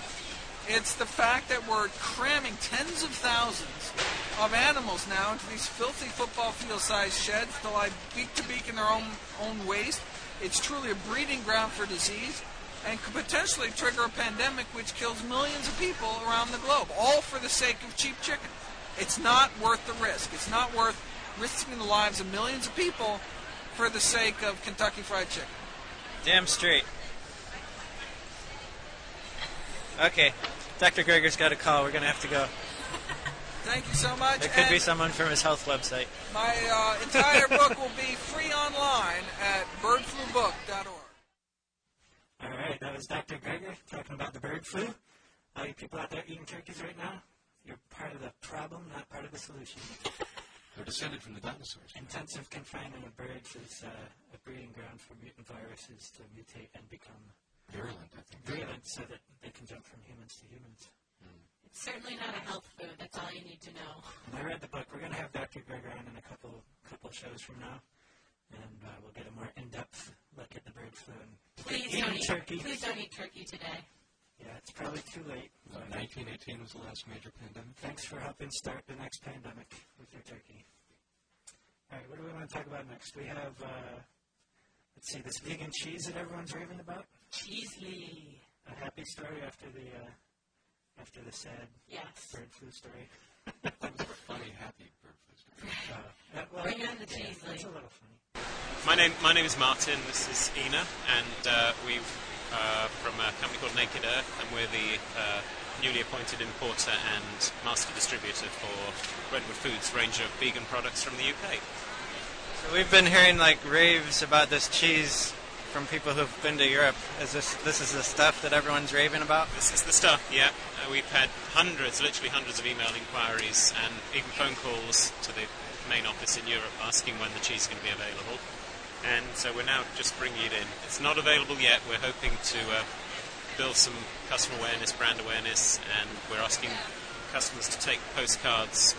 Speaker 9: it's the fact that we're cramming tens of thousands of animals now into these filthy football field-sized sheds to lie beak to beak in their own own waste. It's truly a breeding ground for disease, and could potentially trigger a pandemic which kills millions of people around the globe, all for the sake of cheap chicken. It's not worth the risk. It's not worth risking the lives of millions of people for the sake of Kentucky Fried Chicken.
Speaker 8: Damn straight. Okay, Dr. Greger's got a call. We're gonna have to go.
Speaker 9: Thank you so much.
Speaker 8: There could be
Speaker 9: and-
Speaker 8: someone from his health website.
Speaker 9: My uh, entire book will be free online at birdflubook.org.
Speaker 1: All right, that was Dr. Greger talking about the bird flu. All you people out there eating turkeys right now, you're part of the problem, not part of the solution.
Speaker 3: They're descended from the dinosaurs.
Speaker 1: Intensive confinement of birds is uh, a breeding ground for mutant viruses to mutate and become
Speaker 3: Virulent, I think.
Speaker 1: virulent so that they can jump from humans to humans.
Speaker 2: It's certainly not a health food. That's all you need to know.
Speaker 1: I read the book. We're going to have Dr. Greger on in a couple couple shows from now, and uh, we'll get a more in-depth look at the bird flu. And
Speaker 2: Please
Speaker 1: eating
Speaker 2: don't eat
Speaker 1: turkey.
Speaker 2: Please don't eat turkey today.
Speaker 1: Yeah, it's probably too late.
Speaker 3: Uh, 1918 was the last major pandemic.
Speaker 1: Thanks for helping start the next pandemic with your turkey. All right, what do we want to talk about next? We have, uh, let's see, this vegan cheese that everyone's raving about.
Speaker 2: Cheesely.
Speaker 1: A happy story after the uh, after the sad
Speaker 2: Yes.
Speaker 1: bird flu story. (laughs)
Speaker 3: Funny, happy bird flu story.
Speaker 1: Uh, that- well,
Speaker 2: Bring on the
Speaker 1: yeah,
Speaker 2: cheese,
Speaker 1: That's a
Speaker 2: Lee.
Speaker 1: little funny.
Speaker 10: My name, my name is Martin. This is Ina, and uh, we've uh, from a company called Naked Earth, and we're the uh, newly appointed importer and master distributor for Redwood Foods' range of vegan products from the UK.
Speaker 8: So we've been hearing like raves about this cheese from people who've been to Europe. Is this this is the stuff that everyone's raving about?
Speaker 10: This is the stuff. Yeah, uh, we've had hundreds, literally hundreds of email inquiries and even phone calls to the main office in Europe asking when the cheese is going to be available. And so we're now just bringing it in. It's not available yet. We're hoping to uh, build some customer awareness, brand awareness, and we're asking customers to take postcards,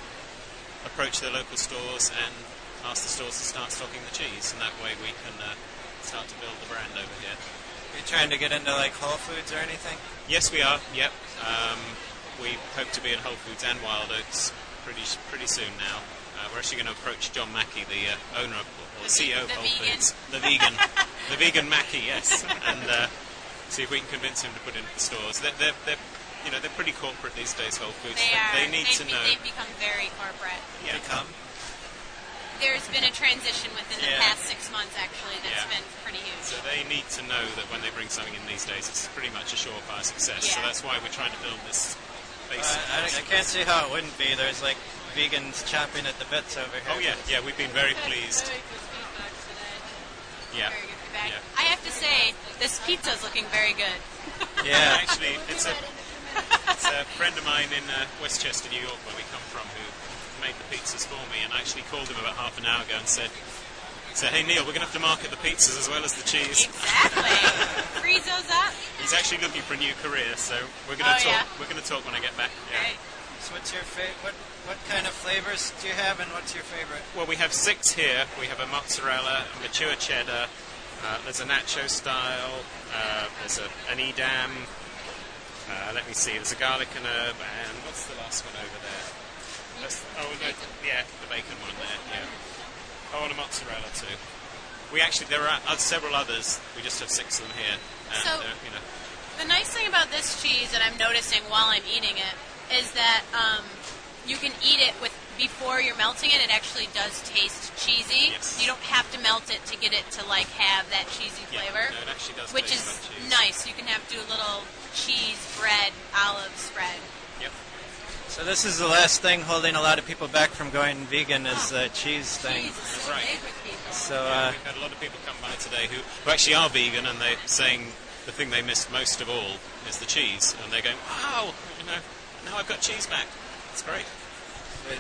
Speaker 10: approach their local stores, and ask the stores to start stocking the cheese. And that way we can uh, start to build the brand over here.
Speaker 8: You're trying to get into like Whole Foods or anything?
Speaker 10: Yes, we are. Yep. Um, we hope to be in Whole Foods and Wild Oats pretty pretty soon now. Uh, we're actually going to approach John Mackey, the uh, owner of, or CEO of
Speaker 4: the
Speaker 10: Whole
Speaker 4: vegan.
Speaker 10: Foods, the vegan, the vegan Mackey, yes, and uh, see if we can convince him to put it into the stores. They're, they're, they're you know they're pretty corporate these days. Whole Foods.
Speaker 4: They are.
Speaker 10: need
Speaker 4: they've
Speaker 10: to
Speaker 4: be-
Speaker 10: know.
Speaker 4: They've become very corporate.
Speaker 10: yeah.
Speaker 4: There's been a transition within the
Speaker 10: Yeah.
Speaker 4: past six months, actually, that's
Speaker 10: Yeah.
Speaker 4: been pretty huge.
Speaker 10: So they need to know that when they bring something in these days, it's pretty much a surefire success. So
Speaker 4: Yeah.
Speaker 10: that's why we're trying to build this
Speaker 8: Uh,
Speaker 10: base.
Speaker 8: I, I can't see how it wouldn't be. There's like vegans chopping at the bits over here.
Speaker 10: Oh yeah, yeah, we've been very pleased.
Speaker 4: Very good feedback today.
Speaker 10: Yeah.
Speaker 4: Very good feedback.
Speaker 10: Yeah.
Speaker 4: I have to say, this pizza's looking very good. (laughs)
Speaker 10: Yeah,
Speaker 8: Yeah.
Speaker 10: (laughs) actually, it's a, it's a friend of mine in uh, Westchester, New York, where we come from, who made the pizzas for me, and I actually called him about half an hour ago and said, "So hey Neil, we're going to have to market the pizzas as well as the cheese."
Speaker 4: Exactly. Freeze those up.
Speaker 10: He's actually looking for a new career, so we're
Speaker 4: Oh,
Speaker 10: going to talk.
Speaker 4: yeah.
Speaker 10: We're going to talk when I get back. Yeah.
Speaker 4: Right.
Speaker 8: So what's your favorite? What what kind of flavors do you have, and what's your favorite?
Speaker 10: Well, we have six here. We have a mozzarella, a mature cheddar. Uh, there's a nacho style. Uh, there's a, an edam. Uh, let me see. There's a garlic and herb. And what's the last one over there? That's, oh, no, yeah, the bacon one there. Yeah. Oh, and a mozzarella too. We actually there are uh, several others. We just have six of them here. And,
Speaker 4: So-
Speaker 10: uh, you know,
Speaker 4: The nice thing about this cheese that I'm noticing while I'm eating it is that um, you can eat it with before you're melting it. It actually does taste cheesy.
Speaker 10: Yes.
Speaker 4: You don't have to melt it to get it to like have that cheesy
Speaker 10: yeah,
Speaker 4: flavor,
Speaker 10: No, it actually does
Speaker 4: which is
Speaker 10: taste like cheese.
Speaker 4: nice. You can have do a little cheese bread, olive spread.
Speaker 10: Yep.
Speaker 8: So this is the last thing holding a lot of people back from going vegan is the cheese thing.
Speaker 4: Cheese is so
Speaker 10: Right.
Speaker 4: big with people.
Speaker 8: So
Speaker 10: Yeah,
Speaker 8: uh,
Speaker 10: we've had a lot of people come by today who, who actually are vegan, and they're saying the thing they missed most of all is the cheese, and they're going, "Oh, "Wow, you know, now I've got cheese back. It's great.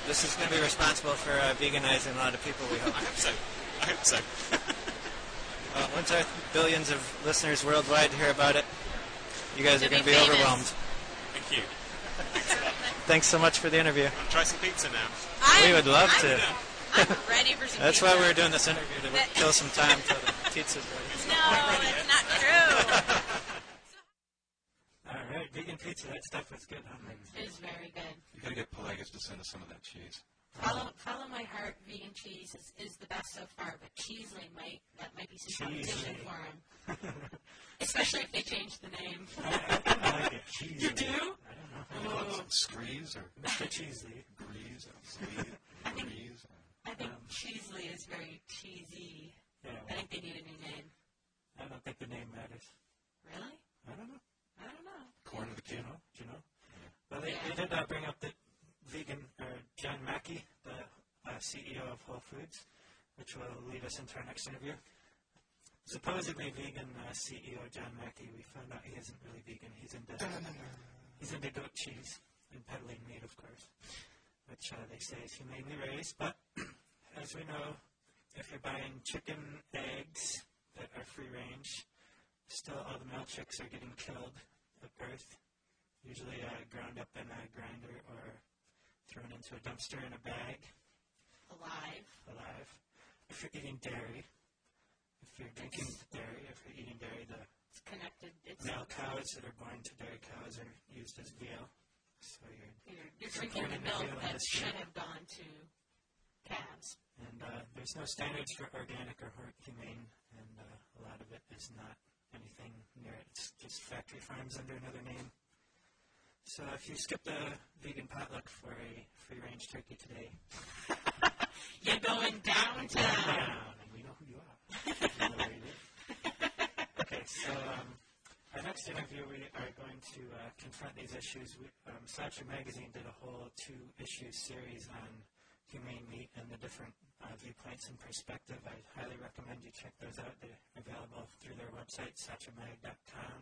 Speaker 8: this is going to be responsible for uh, veganizing a lot of people. We hope.
Speaker 10: I hope so. I hope so."
Speaker 8: (laughs) Uh, once our billions of listeners worldwide hear about it, you guys are going to
Speaker 4: You'll be
Speaker 8: be
Speaker 4: famous.
Speaker 8: overwhelmed.
Speaker 10: Thank you.
Speaker 8: Thanks so much for the interview.
Speaker 10: Want to try some pizza now?
Speaker 4: I'm,
Speaker 8: We would love
Speaker 4: I'm,
Speaker 8: to.
Speaker 4: I'm ready for some.
Speaker 8: (laughs) That's
Speaker 4: pizza.
Speaker 8: why we were doing this interview to kill some
Speaker 4: (laughs)
Speaker 8: time till the
Speaker 2: (laughs)
Speaker 8: pizza's ready.
Speaker 10: (laughs)
Speaker 4: No, that's not true.
Speaker 1: (laughs) All right, vegan pizza. That stuff was good. Huh?
Speaker 2: It is very good.
Speaker 3: You gotta get Pelagus to send us some of that cheese.
Speaker 2: Follow, follow my heart. Vegan cheese is, is the best so far, but Cheesley might that might be some competition for him. Especially if they change the name.
Speaker 1: (laughs) I like it. Cheese.
Speaker 2: You do?
Speaker 3: Some screes or
Speaker 1: Mr. Cheesy.
Speaker 3: grease or glee- grease.
Speaker 2: I think Cheesley is very cheesy.
Speaker 1: Yeah,
Speaker 2: I
Speaker 1: well,
Speaker 2: think they need a new name.
Speaker 1: I don't think the name matters.
Speaker 2: Really?
Speaker 1: I don't know.
Speaker 2: I don't know.
Speaker 3: Corn of the
Speaker 1: Do you
Speaker 3: kid.
Speaker 1: know? Do you know? Well, they, they did uh, bring up that vegan, or John Mackey, the uh, CEO of Whole Foods, which will lead us into our next interview. Supposedly vegan uh, CEO John Mackey, we found out he isn't really vegan. He's into,
Speaker 2: (laughs)
Speaker 1: he's into goat cheese and peddling meat, of course, which uh, they say is humanely raised. But (clears throat) as we know, if you're buying chicken eggs that are free range, still all the male chicks are getting killed at birth usually uh, ground up in a grind thrown into a dumpster in a bag,
Speaker 2: Alive.
Speaker 1: alive. If you're eating dairy, if you're drinking dairy, if you're eating dairy, the
Speaker 2: It's connected. It's
Speaker 1: male cows that are born to dairy cows are used as veal. So you're,
Speaker 2: You're, you're drinking
Speaker 1: supporting
Speaker 2: the milk
Speaker 1: veal
Speaker 2: that
Speaker 1: industry.
Speaker 2: should have gone to calves.
Speaker 1: And uh, there's no standards for organic or hor- humane, and uh, a lot of it is not anything near it. It's just factory farms under another name. So if you skip the vegan potluck for a free-range turkey today,
Speaker 2: (laughs) You're going downtown.
Speaker 1: and we know who you are. We know where you
Speaker 2: (laughs)
Speaker 1: live. okay, so um, our next interview, we are going to uh, confront these issues. We, um, Sloucher Magazine did a whole two-issue series on humane meat and the different uh, viewpoints and perspective. I highly recommend you check those out. They're available through their website, slouchermag.com,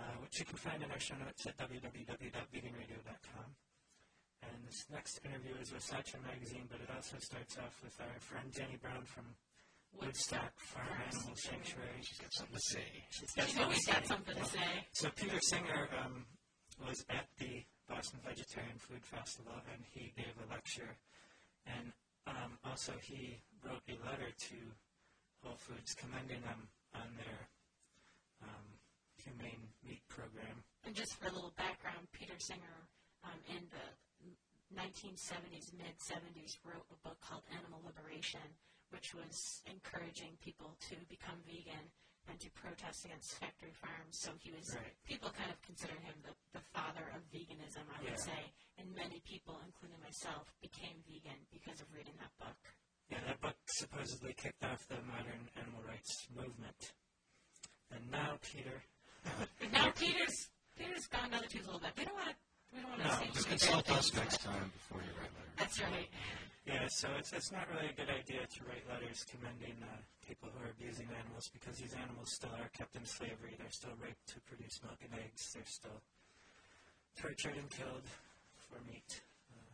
Speaker 1: uh, which you can find in our show notes at www.veganradio.com. And this next interview is with Satcha Magazine, but it also starts off with our friend Jenny Brown from Woodstock Farm Animal Sanctuary. She's got something to say. She's got something,
Speaker 2: She's got something to say.
Speaker 1: So Peter Singer um, was at the Boston Vegetarian Food Festival, and he gave a lecture, and um, also he wrote a letter to Whole Foods commending them on their um, humane meat program.
Speaker 2: And just for a little background, Peter Singer um, in the 1970s, mid 70s, wrote a book called Animal Liberation, which was encouraging people to become vegan and to protest against factory farms. So he was,
Speaker 1: Right.
Speaker 2: people kind of consider him the, the father of veganism, I
Speaker 1: Yeah.
Speaker 2: would say. And many people, including myself, became vegan because of reading that book.
Speaker 1: Yeah, that book uh, supposedly kicked off the modern animal rights movement. And now, Peter.
Speaker 2: But (laughs) now Peter's Peter's gone another two little bit. We don't want to. We don't want to say
Speaker 3: Just consult us next time before you write letters.
Speaker 2: That's right.
Speaker 1: Yeah, so it's, it's not really a good idea to write letters commending uh, people who are abusing animals because these animals still are kept in slavery. They're still raped to produce milk and eggs. They're still tortured and killed for meat. Uh,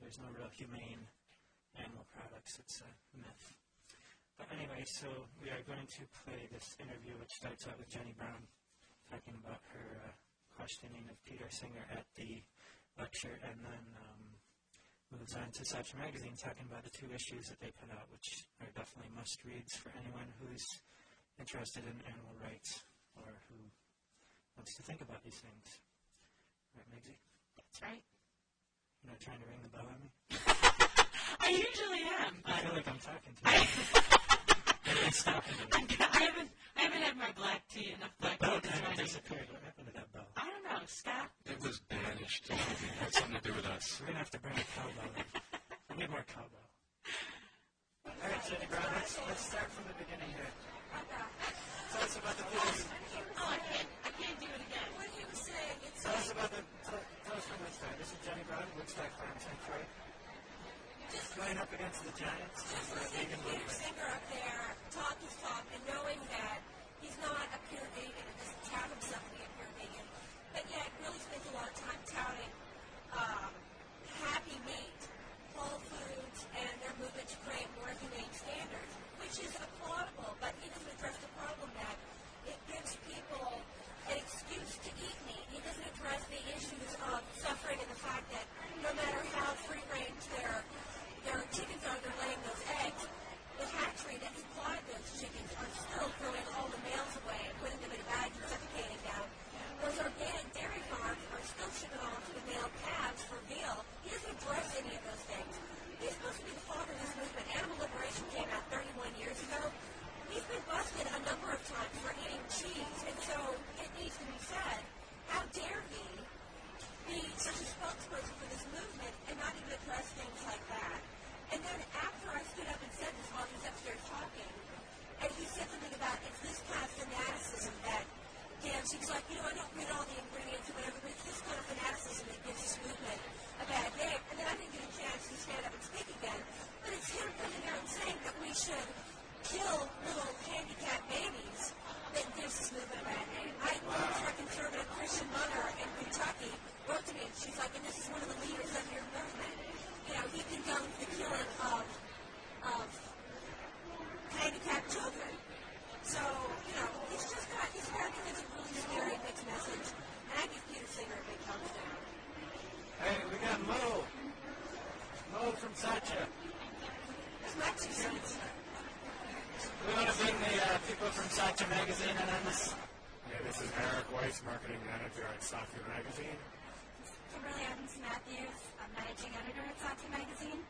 Speaker 1: there's no real humane animal products. It's a myth. But anyway, so we are going to play this interview, which starts out with Jenny Brown talking about her uh, questioning of Peter Singer at the lecture, and then um, moves on to Satch Magazine talking about the two issues that they put out, which are definitely must reads for anyone who's interested in animal rights or who wants to think about these things. Right, Megzy?
Speaker 2: That's right.
Speaker 1: You're not trying to ring the bell on me?
Speaker 2: (laughs) I usually am,
Speaker 1: I
Speaker 2: but
Speaker 1: feel like I'm talking
Speaker 2: (laughs)
Speaker 1: to you. Maybe it's stopping you.
Speaker 2: I'm, I haven't I haven't had my black tea enough black
Speaker 1: Bell
Speaker 2: tea this
Speaker 1: kind of
Speaker 2: morning.
Speaker 1: disappeared. What happened to that bell?
Speaker 2: I don't know, Scott.
Speaker 3: It was banished. It had something to do with us.
Speaker 1: We're gonna have to bring a cowbell.
Speaker 2: (laughs)
Speaker 1: in. We need more cowbell. All right, Jenny Brown, let's, let's start from the beginning here. Tell us about the Peters.
Speaker 2: Oh, I can't I can't do it again. What he was saying, it's
Speaker 1: Tell us about the. Tell, tell us from Woodstock. This is Jenny Brown, Woodstock Farm Sanctuary. Going up against the Giants. for a vegan
Speaker 11: Peter
Speaker 1: movement.
Speaker 11: Singer up there, talk his talk, and knowing that he's not a pure vegan, and doesn't tout himself to be a pure vegan, but yet really spends a lot of time touting um, happy meat, Whole Foods, and their movement to create more humane standards, which is applaudable, but he doesn't address the problem that it gives people an excuse to eat meat. He doesn't address the issues of suffering and the fact that no matter how free range their their chickens are, they're laying those eggs. The hatchery that supplied those chickens are still throwing all the males away and putting them in bags and suffocating them. Those organic dairy farms are still shipping off to the male calves for veal. He doesn't address any of those things. He's supposed to be the father of this movement. Animal liberation came out 31 years ago. He's been busted a number of times for eating cheese, and so it needs to be said, how dare he be such a spokesperson for this movement and not even address things like that? And then after I stood up and said this while he was upstairs talking, and he said something about it's this kind of fanaticism that gives, he's like, you know, I don't read all the ingredients or whatever, but it's this kind of fanaticism that gives this movement a bad name. And then I didn't get a chance to stand up and speak again, but it's him coming there and saying that we should kill little handicapped babies that gives this movement a bad name. I worked for a conservative Christian mother in Kentucky, wrote to me, and she's like, and this is one of the leaders of your movement. You know, he condones the killing of, of handicapped children. So, you know, he's just got, he's American, it's a really scary mixed message, and I give Peter Singer a big thumbs down.
Speaker 1: Hey, we got Mo. Massachusetts. We want to bring the uh, people from Soccer Magazine in on this.
Speaker 12: Hey, this is Eric Weiss, marketing manager at Soccer Magazine.
Speaker 11: Kimberly Evans Matthews, I'm managing editor at Santi Magazine.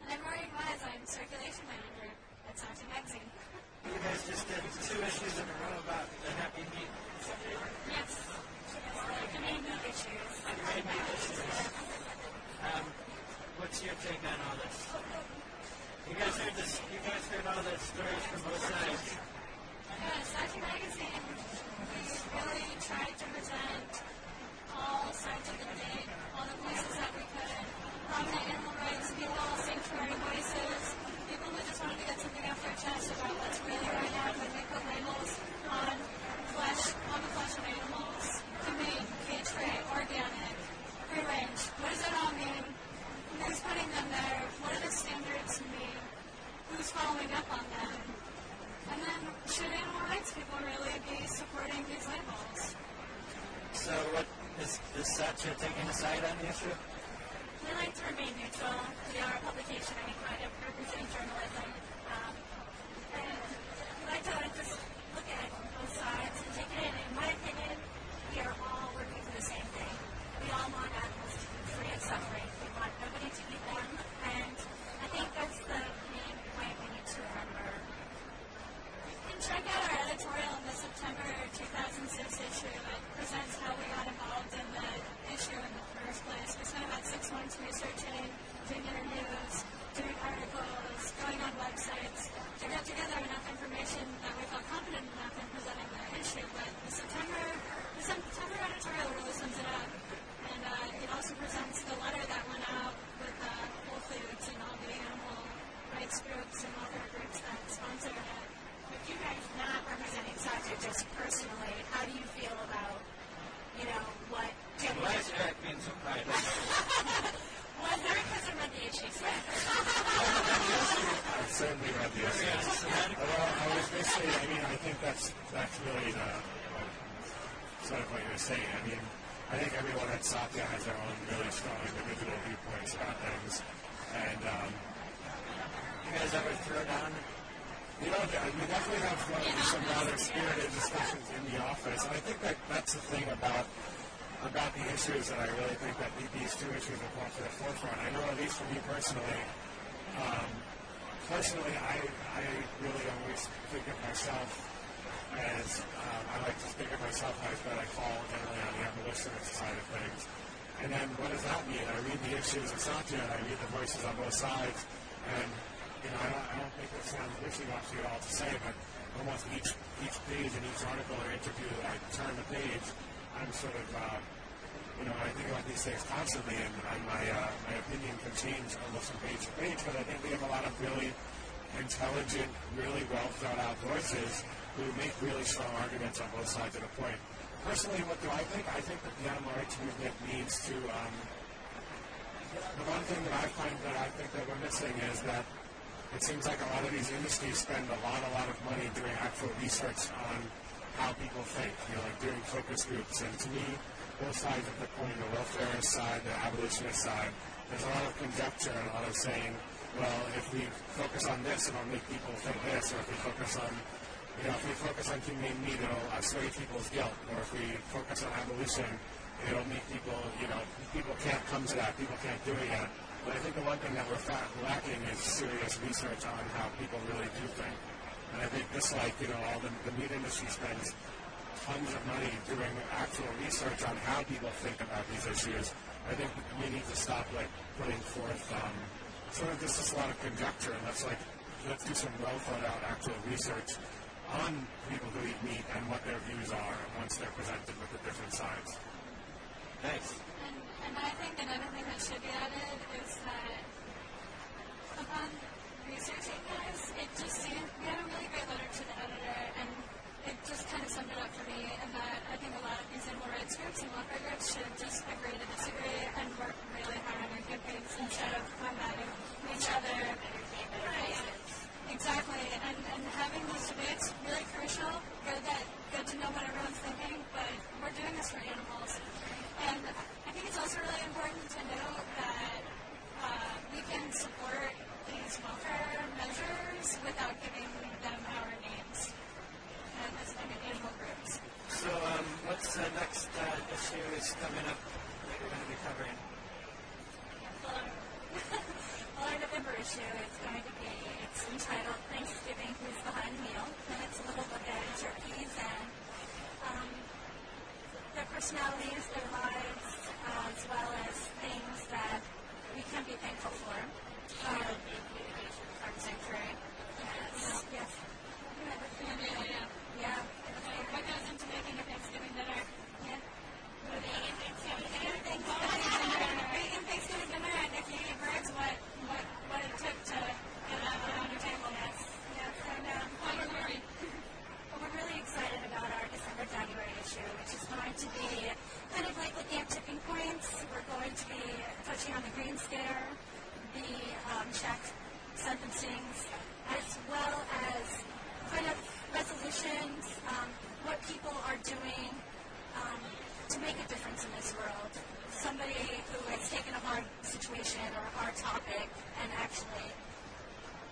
Speaker 11: And I'm Rory Wise, I'm circulation manager at Santi Magazine.
Speaker 1: You guys just did two issues in a row about the happy meat.
Speaker 11: Yes. Yes, the main issues.
Speaker 1: Great meat issues. Um, what's your take on all this? You guys heard this. You guys heard all the stories from both sides.
Speaker 11: Uh, Santi Magazine, we really tried to present all sides of the day, all the voices that we could, from the animal rights people, sanctuary voices, people who just wanted to get something off their chest about what's really going on when they put labels on flesh, on the flesh of animals, humane, cage-free, organic, free range. What does that all mean? Who's putting them there? What are the standards mean? Who's following up on them? And then should animal rights people really be supporting these labels?
Speaker 1: So, what is is Satya taking a side on the issue?
Speaker 11: We like to remain neutral. We are a publication and we kind of represent journalism. Um, and we like to just look at both sides and take it in. In my opinion, we are all working for the same thing. We all want animals to be free of suffering. We want nobody to eat them. And I think that's the main point we need to remember. You can check out our editorial in the September 2006 issue that presents how we got involved in the issue in the first place. We spent about six months researching, doing interviews, doing articles, going on websites to get together enough information that we felt confident enough in presenting the issue. But the September, the September editorial really sums it up. And uh, it also presents the letter that went out with uh, Whole Foods and all the animal rights groups and other groups that sponsored it.
Speaker 13: With you guys not representing Sasha just personally, how do you feel about, you know, what
Speaker 1: Why is Eric being so quiet?
Speaker 13: Was there because I read the issues?
Speaker 11: (laughs)
Speaker 12: I certainly read the essays. Well, I was basically, I mean, I think that's, that's really the, sort of what you're saying. I mean, I think everyone at Satya has their own really strong individual viewpoints about things. And, um,
Speaker 1: You guys ever throw down?
Speaker 12: you know, that we definitely have uh, some rather spirited discussions in the office. And I think that that's the thing about about the issues that I really think that the- these two issues have brought to the forefront. I know, at least for me personally, um, personally, I, I really always think of myself as um, I like to think of myself as that I fall generally on the abolitionist side of things. And then what does that mean? I read the issues of Satya and I read the voices on both sides, and you know, I don't, I don't think it sounds wishy-washy at all to say, but almost each each page and each article or interview that I turn the page, I'm sort of uh, you know, I think about these things constantly, and, and my uh, my opinion can change almost from page to page. But I think we have a lot of really intelligent, really well thought out voices who make really strong arguments on both sides of the point. Personally, what do I think? I think that the animal rights movement needs to. Um, the one thing that I find that I think that we're missing is that it seems like a lot of these industries spend a lot, a lot of money doing actual research on how people think, you know, like doing focus groups. And to me, both sides of the coin, the welfarist side, the abolitionist side, there's a lot of conjecture and a lot of saying, well, if we focus on this, it'll make people think this, or if we focus on, you know, if we focus on humane meat, it'll assuage people's guilt, or if we focus on abolition, it'll make people, you know, people can't come to that, people can't do it yet. But I think the one thing that we're fa- lacking is serious research on how people really do think. And I think this, like, you know, all the, the meat industry spends tons of money doing actual research on how people think about these issues. I think we need to stop, like, putting forth um, sort of just this lot of conjecture and let's, like, let's do some well thought out actual research on people who eat meat and what their views are once they're presented with the different sides.
Speaker 1: Thanks.
Speaker 11: And, and I think another thing that should be added is that upon researching this, it just seemed we had a really great letter to the editor, and it just kind of summed it up for me. And that I think a lot of these animal rights groups and welfare groups should just agree to disagree and work really hard on their campaigns instead of combating each other. Right. Exactly. And, and having these debates really crucial. Good that good to know what everyone's thinking, but we're doing this for animals. And I think it's also really important to know that uh, we can support these welfare measures groups without giving them our names. And as individual groups.
Speaker 1: So, um, what's the next uh, issue is coming up that you're going to be covering?
Speaker 11: Well, our November issue is going to be, it's entitled Thanksgiving Who's Behind the Meal, and it's a little look at turkeys and um, their personalities, their lives, uh, as well as things that we can be thankful for. Um, our sanctuary. Yes. Yes. Yeah. What goes into making a Thanksgiving dinner? Yeah. Making Thanksgiving dinner and if you eat birds, what, what, what it took to get it out on your table. Yes. Yes. And um, we're really, well, we're really excited about our December January issue, which is going to be kind of like looking at tipping points. We're going to be touching on the Green Scare, the um, check sentencings, as well as kind of resolutions, um, what people are doing um, to make a difference in this world. Somebody who has taken a hard situation or a hard topic and actually,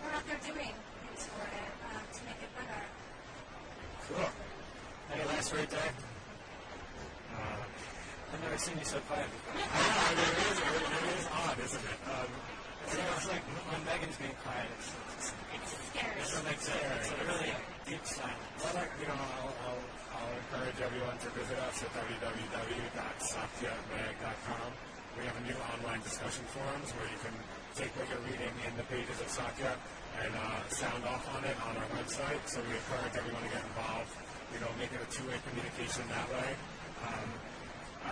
Speaker 11: what are they doing things for it um, to make it better?
Speaker 1: Cool. Any last word, Doc? I've never seen you so quiet before. I know, it is, it is odd, isn't it? Um, it's, it's like when Megan's being quiet, it's, it's,
Speaker 11: it's scary.
Speaker 1: It's something scary. It's a really deep silence.
Speaker 12: Well, like, you know, I'll, I'll, I'll encourage everyone to visit us at www.sakyamag.com. We have a new online discussion forums where you can take what you're reading in the pages of Sakya and uh, sound off on it on our website. So we encourage everyone to get involved. You know, make it a two-way communication that way. Um,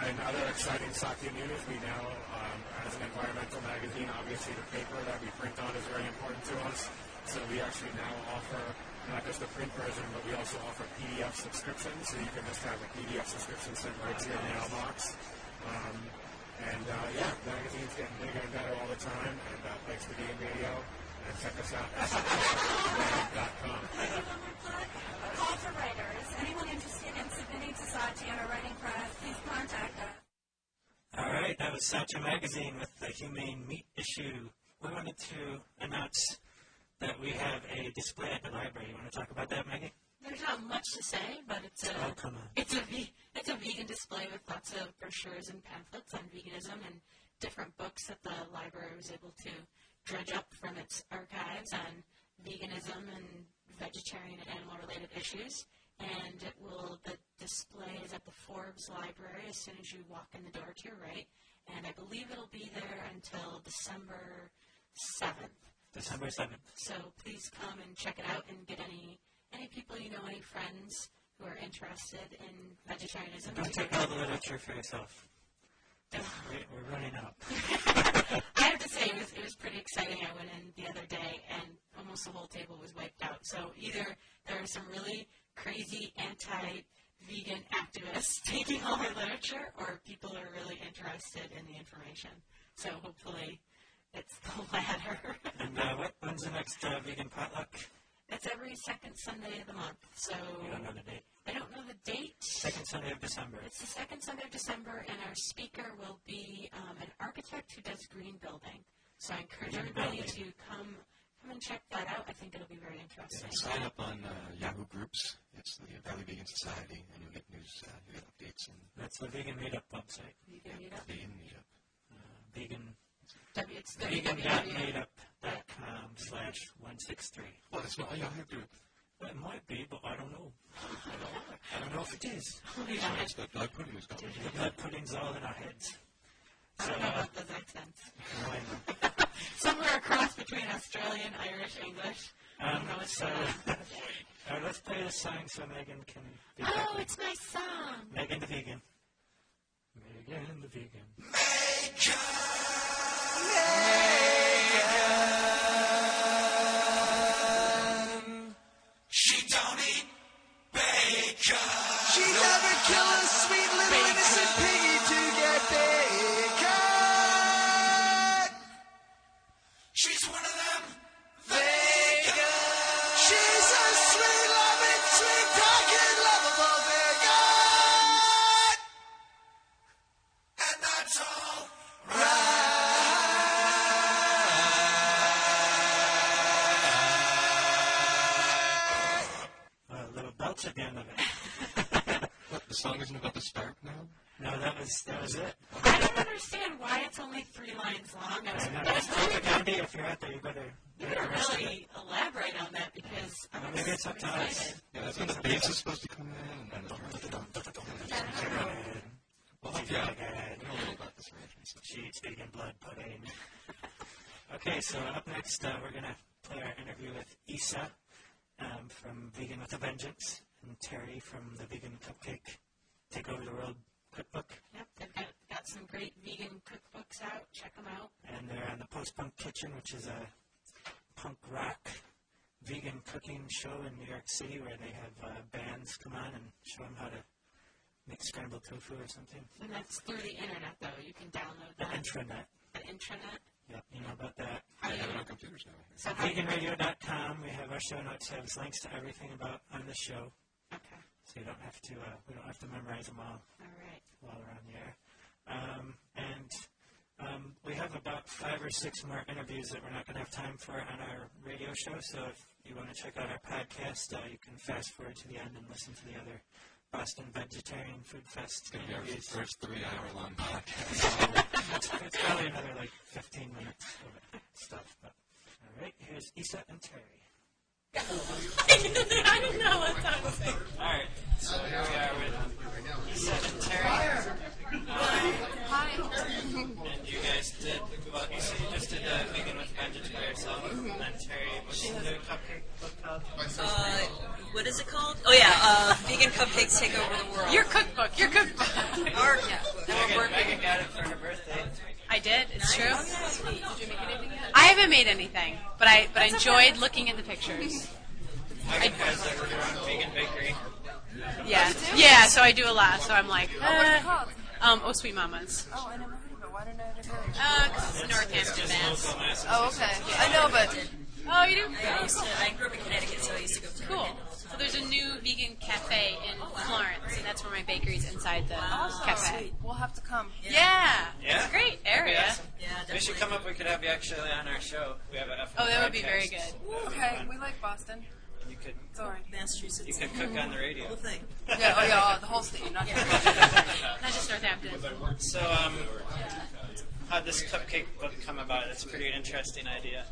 Speaker 12: and other exciting Sakya news, we now, um, as an environmental magazine, obviously the paper that we print on is very important to us. So we actually now offer not just the print version, but we also offer PDF subscriptions. So you can just have a PDF subscription sent right to your mailbox. Um, and uh, yeah, the magazine's getting bigger and better all the time. And uh, thanks to Game Radio. And check us out (laughs) at sakya.com.
Speaker 11: Call for writers. Anyone interested in submitting to Satya or writing for us, please contact us.
Speaker 1: All right, that was Satcha Magazine with the Humane Meat issue. We wanted to announce that we have a display at the library. You want to talk about that, Maggie?
Speaker 2: There's not much to say, but it's a
Speaker 1: Oh, come on.
Speaker 2: it's a ve- it's a vegan display with lots of brochures and pamphlets on veganism and different books that the library was able to dredge up from its archives on veganism and vegetarian and animal related issues. And it will the display is at the Forbes Library as soon as you walk in the door to your right, and I believe it'll be there until December seventh.
Speaker 1: December 7th.
Speaker 2: So please come and check it out and get any any people you know, any friends who are interested in vegetarianism.
Speaker 1: Don't take all the literature for yourself. We- We're running (laughs) out.
Speaker 2: I have to say it was it was pretty exciting. I went in the other day and almost the whole table was wiped out. So either there are some really crazy anti vegan activists (laughs) taking all our literature or people are really interested in the information. So hopefully it's the latter.
Speaker 1: (laughs) And uh, what, when's the next uh, vegan potluck?
Speaker 2: It's every second Sunday of the month. So
Speaker 1: You don't know the date.
Speaker 2: I don't know the date.
Speaker 1: Second Sunday of December.
Speaker 2: It's the second Sunday of December, and our speaker will be um, an architect who does green building. So I encourage
Speaker 14: Green
Speaker 2: everybody
Speaker 14: building.
Speaker 2: to come come and check that out. I think it'll be very interesting.
Speaker 14: sign up on uh, Yahoo Groups. It's the uh, Valley Vegan Society, and you'll get news, uh, you get updates, and
Speaker 1: That's the Vegan Meetup website. Uh,
Speaker 2: Vegan Meetup.
Speaker 14: vegan meetup.
Speaker 1: Vegan.
Speaker 2: W- it's
Speaker 1: vegan.meetup.com slash 163.
Speaker 14: Well, it's not a Yahoo group.
Speaker 1: Well, it might be, but I don't know. I don't know if it is.
Speaker 14: So it's the blood pudding is gone.
Speaker 1: The blood pudding's all in our heads. uh,
Speaker 2: I don't know about those accents.
Speaker 11: (laughs)
Speaker 2: Somewhere across between Australian, Irish, English. I
Speaker 1: Um,
Speaker 2: don't know what's
Speaker 1: so, (laughs)
Speaker 2: going on.
Speaker 1: uh, let's play a song (laughs) so Megan can be
Speaker 2: Oh,
Speaker 1: happy.
Speaker 2: it's my song.
Speaker 1: Megan the Vegan. Megan the Vegan. She don't eat bacon.
Speaker 5: She never kill a sweet little innocent piggy to get bacon. She's one of them. Vegan. She's a sweet loving, sweet talking, lovable vegan. And that's all.
Speaker 1: (laughs) that was that was it.
Speaker 2: I don't understand why it's only three lines long. I was,
Speaker 1: And
Speaker 2: I
Speaker 1: that
Speaker 2: was
Speaker 1: was
Speaker 2: really
Speaker 1: perfect Gandhi. If you're out there, you better.
Speaker 2: You didn't really elaborate on that because I was
Speaker 3: Maybe it's up to us.
Speaker 2: excited.
Speaker 3: Yeah, that's when the bass is supposed to come in, and then the
Speaker 1: Well, like, yeah, I don't know about this reference. Sheets, vegan blood pudding. okay, so up next, uh, we're going to play our interview with Isa um, from Vegan with a Vengeance and Terry from the Vegan Cupcake Take Over the World cookbook.
Speaker 2: Yep, they've got, got some great vegan cookbooks out. Check them out.
Speaker 1: And they're on the Post Punk Kitchen, which is a punk rock vegan cooking show in New York City where they have uh, bands come on and show them how to make scrambled tofu or something.
Speaker 2: And that's through the internet, though. You can download
Speaker 1: The
Speaker 2: that.
Speaker 1: intranet.
Speaker 2: The intranet.
Speaker 1: Yep, you know about that.
Speaker 2: How do you- So how-
Speaker 1: veganradio.com. We have our show notes. Has links to everything about on the show.
Speaker 2: Okay.
Speaker 1: So you don't have to. Uh, we don't have to memorize them all
Speaker 2: All right.
Speaker 1: while we're on the air. Um, and um, we have about five or six more interviews that we're not going to have time for on our radio show. So if you want to check out our podcast, uh, you can fast forward to the end and listen to the other Boston Vegetarian Food Fest
Speaker 3: gonna be our
Speaker 1: interviews.
Speaker 3: first three-hour-long podcast.
Speaker 1: it's (laughs) probably another like 15 minutes of stuff. But all right, here's Issa and Terry.
Speaker 8: I don't know what that was. Alright, so here we are with Issa and Terry.
Speaker 13: Hi.
Speaker 8: And you guys did, well, you said you just did uh, Vegan with Vengeance by yourself, and then Terry, what's the cupcake book called?
Speaker 15: Uh, what is it called? Oh yeah, uh, vegan cupcakes take over the world.
Speaker 4: Your cookbook, your cookbook.
Speaker 11: (laughs)
Speaker 15: Our, yeah,
Speaker 8: Megan, Megan got it for her birthday.
Speaker 4: I did. It's true.
Speaker 15: Did you make anything yet?
Speaker 4: I haven't made anything, but I but I
Speaker 15: That's
Speaker 4: enjoyed
Speaker 15: okay.
Speaker 4: looking at the pictures.
Speaker 8: Megan has like her own vegan bakery.
Speaker 4: Yeah, yeah. So I do a lot. So I'm like, uh, um, oh sweet mamas.
Speaker 15: Oh, I never heard of it. Why didn't I ever heard of it?
Speaker 4: Uh, 'cause it's Northampton, Mass.
Speaker 15: Oh, okay. I know, but
Speaker 4: Oh, you do?
Speaker 15: I used to. I grew up in Connecticut, so I used to go. To
Speaker 4: Cool. So there's a new vegan cafe in Florence, and that's where my bakery's inside the cafe.
Speaker 15: We'll have to come.
Speaker 4: Yeah. It's a great area.
Speaker 8: We should come up. We could have you actually on our show. We have an F1
Speaker 4: Oh, that would be
Speaker 8: podcast.
Speaker 4: very good.
Speaker 8: That would be
Speaker 15: Okay,
Speaker 8: fun.
Speaker 15: we like Boston.
Speaker 8: You could.
Speaker 15: It's all right. Massachusetts.
Speaker 8: You could cook on the radio.
Speaker 15: The whole
Speaker 8: (laughs)
Speaker 15: thing. Yeah, oh yeah, the whole state, not just
Speaker 4: Not just Northampton.
Speaker 8: So, um, how'd this cupcake book come about? It's a pretty interesting idea.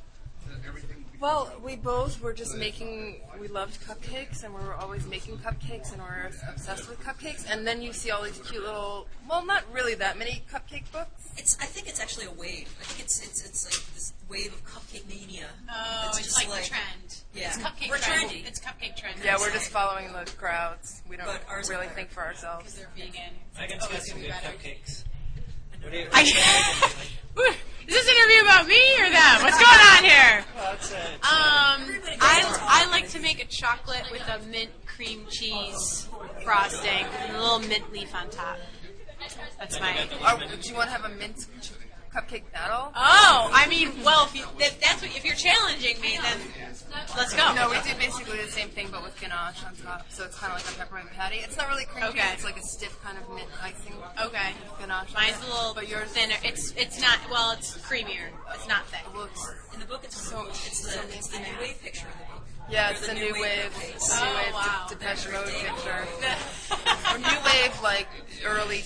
Speaker 15: Well, we both were just making. We loved cupcakes, and we were always making cupcakes, and we were obsessed with cupcakes. And then you see all these cute little. Well, not really that many cupcake books.
Speaker 16: It's. I think it's actually a wave. I think it's it's it's like this wave of cupcake mania.
Speaker 4: Oh,
Speaker 16: That's
Speaker 4: it's
Speaker 16: just
Speaker 4: like the trend.
Speaker 16: Yeah,
Speaker 4: It's cupcake
Speaker 16: We're
Speaker 4: trend.
Speaker 16: trendy.
Speaker 4: It's cupcake trend.
Speaker 15: Yeah, we're just following the crowds. We don't
Speaker 16: But ours are
Speaker 15: really
Speaker 16: better.
Speaker 15: think for ourselves.
Speaker 4: They're vegan. Oh,
Speaker 8: Megan's got some good cupcakes. What do you?
Speaker 4: Is this interview about me or them? What's going on here?
Speaker 8: Well, it's a, it's
Speaker 4: (laughs) Um, I, I like to make a chocolate with a mint cream cheese frosting and a little mint leaf on top. That's
Speaker 11: Oh,
Speaker 4: my.
Speaker 15: Are, Oh, do you want to have a mint ch- cupcake battle?
Speaker 4: Oh, I mean, well, if, you, if that's what if you're challenging me, then let's go.
Speaker 15: No, we did basically the same thing, but with ganache on top. So it's kind of like a peppermint patty. It's not really cream cheese.
Speaker 4: Okay.
Speaker 15: It's like a stiff kind of mint icing.
Speaker 4: Okay.
Speaker 15: with Ganache. on
Speaker 4: Mine's
Speaker 15: it.
Speaker 4: a little
Speaker 15: But yours
Speaker 4: thinner. It's it's not well. It's creamier. It's not thick.
Speaker 16: In the book, it's so it's the it's the new wave picture in the book.
Speaker 15: Yeah,
Speaker 16: They're
Speaker 15: it's
Speaker 16: the
Speaker 15: the new wave,
Speaker 16: cupcakes.
Speaker 15: new wave,
Speaker 4: Oh, wow.
Speaker 15: De- Depeche Mode
Speaker 4: (laughs)
Speaker 15: picture, or new wave like early,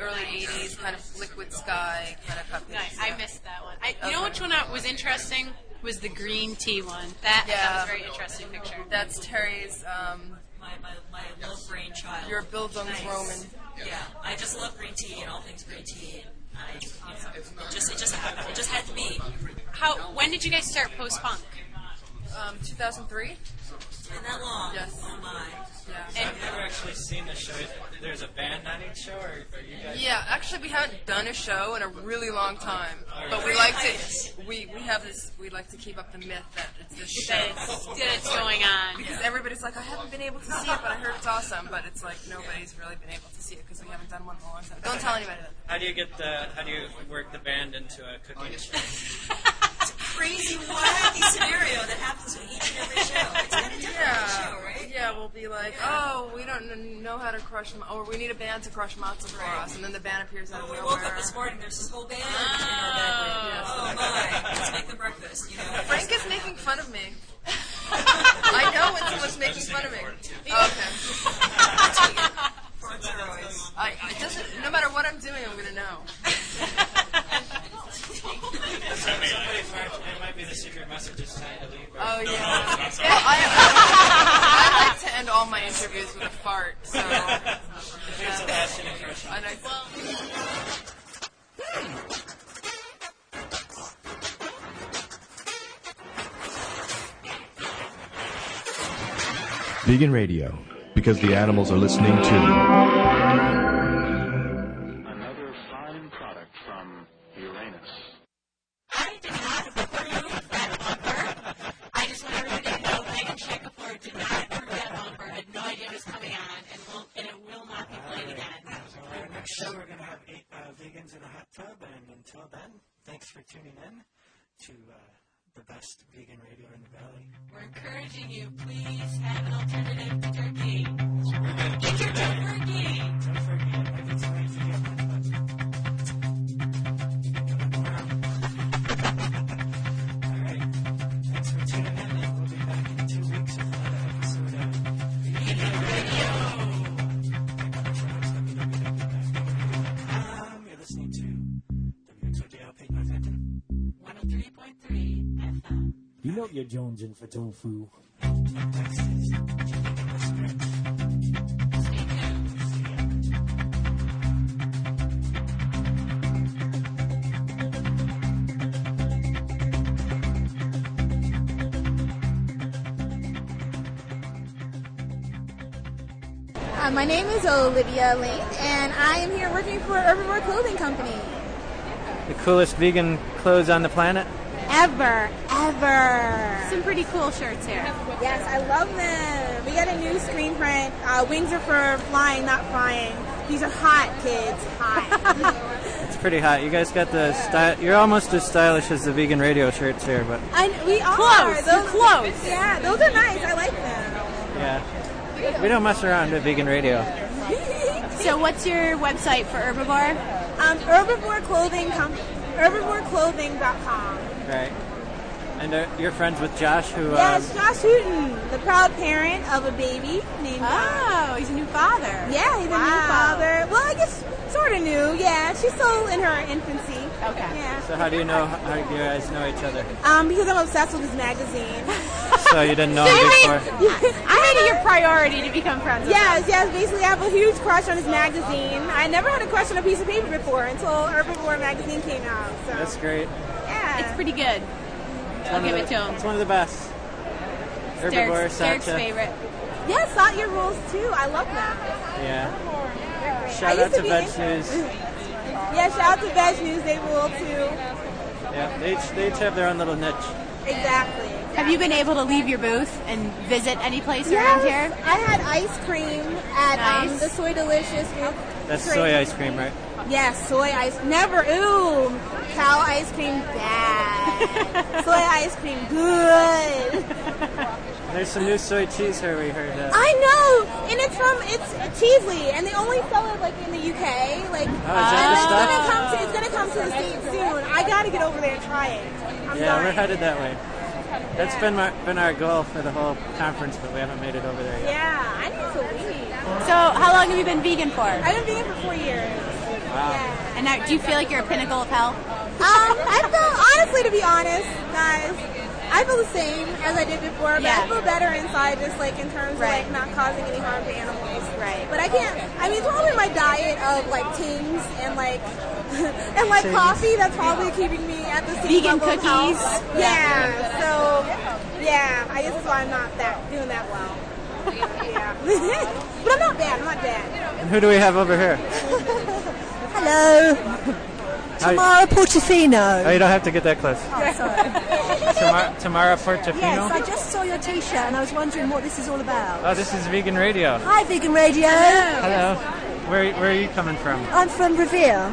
Speaker 15: early '80s kind of liquid sky kind of cupcake.
Speaker 4: Nice. I missed that one. I, you know
Speaker 15: Okay.
Speaker 4: which one I- was interesting was the green tea one. That I thought
Speaker 15: Yeah.
Speaker 4: was a very interesting picture.
Speaker 15: That's Terry's. Um,
Speaker 16: My my my love brainchild.
Speaker 15: Your Bildungsroman.
Speaker 16: Yeah. I just love green tea and all things green tea. And I, it just it just happened. It just had to be.
Speaker 4: How? When did you guys start post punk?
Speaker 15: um, 2003.
Speaker 16: that long?
Speaker 15: Yes.
Speaker 16: Oh my.
Speaker 8: So I've never actually seen the show. There's a band on each show, or are you guys?
Speaker 15: Yeah, actually, we haven't done a show in a really long time, but we like to we, we have this we like to keep up the myth that it's this show
Speaker 4: That it's- that it's going on.
Speaker 15: because everybody's like, I haven't been able to see it, but I heard it's awesome. But it's like nobody's really been able to see it because we haven't done one in a long time. Don't tell anybody that.
Speaker 8: How do you get the? How do you work the band into a cooking show?
Speaker 16: Crazy wacky scenario that happens with each and every show. It's kind of different
Speaker 15: Yeah,
Speaker 16: each show, right?
Speaker 15: yeah, we'll be like, oh, we don't kn- know how to crush, ma- or we need a band to crush matzo for us, and then the band appears out of
Speaker 16: Oh, We
Speaker 15: nowhere.
Speaker 16: woke up this morning. There's this whole band
Speaker 11: Oh,
Speaker 16: in our bedroom. Oh my! Let's make the breakfast. You know.
Speaker 15: Frank is making fun of me. I know when someone's making fun (laughs) of me. Okay. I, I doesn't. No matter what Oh,
Speaker 17: Vegan radio, because the animals are listening too.
Speaker 1: Another fine product from Uranus.
Speaker 11: (laughs) I just want everybody to know Megan Shackelford did not approve that offer, had no idea it was coming on, and, will, and it will not be played again.
Speaker 1: All right, next show we're going to have eight uh, vegans in a hot tub, and until then, thanks for tuning in to uh, the best vegan radio in the valley.
Speaker 11: We're encouraging you, please have an alternative to turkey. Get your turkey!
Speaker 1: Thanks for tuning in, and we'll be back in two weeks with another episode of Vegan Radio. Um, you're listening to WXOJLP North Hampton.
Speaker 11: 103.3 FM.
Speaker 18: You know you're jonesing for tofu.
Speaker 19: Uh, my name is Olivia Link, and I am here working for Urban Wear Clothing Company.
Speaker 8: The coolest vegan clothes on the planet.
Speaker 19: Ever, ever. Some pretty cool shirts here. Yes, I love them. We got a new screen print. Uh, wings are for flying, not frying. These are hot, kids. (laughs) Hot.
Speaker 8: It's pretty hot. You guys got the style. You're almost as stylish as the vegan radio shirts here, but
Speaker 19: and we are.
Speaker 20: Close, you're
Speaker 19: Those,
Speaker 20: close.
Speaker 19: Yeah, those are nice. I like them.
Speaker 8: yeah, we don't mess around at vegan radio.
Speaker 19: (laughs) so what's your website for Herbivore? Um, Herbivore Clothing Com- herbivoreclothing.com.
Speaker 8: Right. And uh, you're friends with Josh, who uh,
Speaker 19: Yes, Josh Hooten, the proud parent of a baby named. Oh, he's a new father. Yeah, he's a new father. Well, I guess sort of new. Yeah, she's still in her infancy. Okay. Yeah.
Speaker 8: So how do you know how do you guys know each other?
Speaker 19: Um, because I'm obsessed with his (laughs) magazine.
Speaker 8: (laughs) So you didn't know him before.
Speaker 19: I made it your priority to become friends. With yes, yes. Basically, I have a huge crush on his magazine. I never had a crush on a piece of paper before until Herbivore magazine came out. So
Speaker 8: That's great.
Speaker 19: yeah, it's pretty good.
Speaker 8: It's one
Speaker 19: I'll
Speaker 8: of
Speaker 19: give
Speaker 8: the-
Speaker 19: it to him.
Speaker 8: It's one of the best. Herbivore, Satcha.
Speaker 19: Yes, Sat your rules too. I love them.
Speaker 8: Yeah.
Speaker 19: They're great.
Speaker 8: Shout
Speaker 19: I used
Speaker 8: out to
Speaker 19: be
Speaker 8: Veg
Speaker 19: in-
Speaker 8: News.
Speaker 19: (laughs) Yeah, shout out to Veg News. They rule too.
Speaker 8: Yeah. They each, they each have their own little niche.
Speaker 19: Exactly.
Speaker 4: Have you been able to leave your booth and visit any place
Speaker 19: Yes,
Speaker 4: around here?
Speaker 19: I had ice cream at um,
Speaker 4: Nice.
Speaker 19: the Soy Delicious. milk
Speaker 8: That's
Speaker 19: cream.
Speaker 8: soy ice cream, right?
Speaker 19: Yes, soy ice. Never. Ooh, cow ice cream bad.
Speaker 4: (laughs)
Speaker 19: soy ice cream good.
Speaker 8: There's some new soy cheese here we heard. Uh,
Speaker 19: I know, and it's from it's Cheesley, and they only sell it like in the UK. Like,
Speaker 8: Oh, that the
Speaker 19: and it's
Speaker 8: stuff?
Speaker 19: gonna come to it's gonna come to the states soon. I gotta get over there and try it. I'm
Speaker 8: yeah, we're
Speaker 19: dying.
Speaker 8: headed that way. That's been my, been our goal for the whole conference, but we haven't made it over there yet.
Speaker 19: Yeah, I need to leave.
Speaker 4: So, how long have you been vegan for?
Speaker 19: I've been vegan for four years.
Speaker 8: Wow.
Speaker 4: And now, do you feel like you're a pinnacle of health?
Speaker 19: Um, I feel honestly, to be honest, guys, I feel the same as I did before, but I
Speaker 4: Yeah.
Speaker 19: feel better inside, just like in terms of like not causing any harm to animals. Right. But I can't. I mean, probably my diet of like tings and like (laughs) and like
Speaker 4: Tings.
Speaker 19: coffee. That's probably keeping me at the same
Speaker 4: Vegan
Speaker 19: level of
Speaker 4: cookies.
Speaker 19: health. Yeah. So yeah, I guess that's why I'm not that doing that well. yeah. (laughs) but I'm not bad. I'm not bad.
Speaker 8: And who do we have over here?
Speaker 21: Hello,
Speaker 8: How-
Speaker 21: Tamara Portofino.
Speaker 8: Oh, you don't have to get that close.
Speaker 21: Oh,
Speaker 4: (laughs)
Speaker 21: sorry.
Speaker 8: Tamara, Tamara Portofino?
Speaker 21: yes, I just saw your T-shirt and I was wondering what this is all about.
Speaker 8: Oh, this is Vegan Radio.
Speaker 21: Hi, Vegan Radio.
Speaker 8: Hello. Where, where are you coming from?
Speaker 21: I'm from Revere.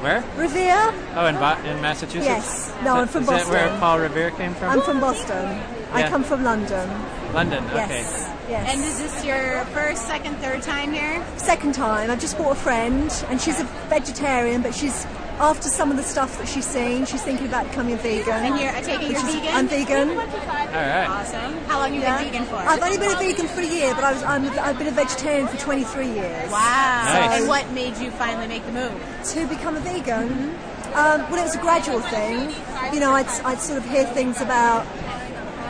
Speaker 8: Where?
Speaker 21: Revere?
Speaker 8: Oh, in, Bo- in Massachusetts?
Speaker 21: Yes.
Speaker 8: Is
Speaker 21: No,
Speaker 8: that-
Speaker 21: I'm from
Speaker 8: is
Speaker 21: Boston.
Speaker 8: that where Paul Revere came from?
Speaker 21: I'm from Boston. I
Speaker 8: Yeah.
Speaker 21: come from London.
Speaker 8: London, okay.
Speaker 21: Yes. Yes.
Speaker 4: And is this your first, second, third time here?
Speaker 21: Second time. I just bought a friend, and she's a vegetarian, but she's after some of the stuff that she's seen, she's thinking about becoming vegan.
Speaker 4: And you're taking
Speaker 21: But
Speaker 4: your
Speaker 21: she's-
Speaker 4: vegan?
Speaker 19: (laughs)
Speaker 21: I'm vegan.
Speaker 8: right.
Speaker 4: Awesome. How long have you
Speaker 21: Yeah.
Speaker 4: been vegan for?
Speaker 21: I've only been a vegan for a year, but I was, I'm, I've been a vegetarian for 23 years.
Speaker 4: Wow.
Speaker 21: So-
Speaker 4: And what made you finally make the move?
Speaker 21: to become a vegan. Um, well, it was a gradual thing. You know, I'd, I'd sort of hear things about,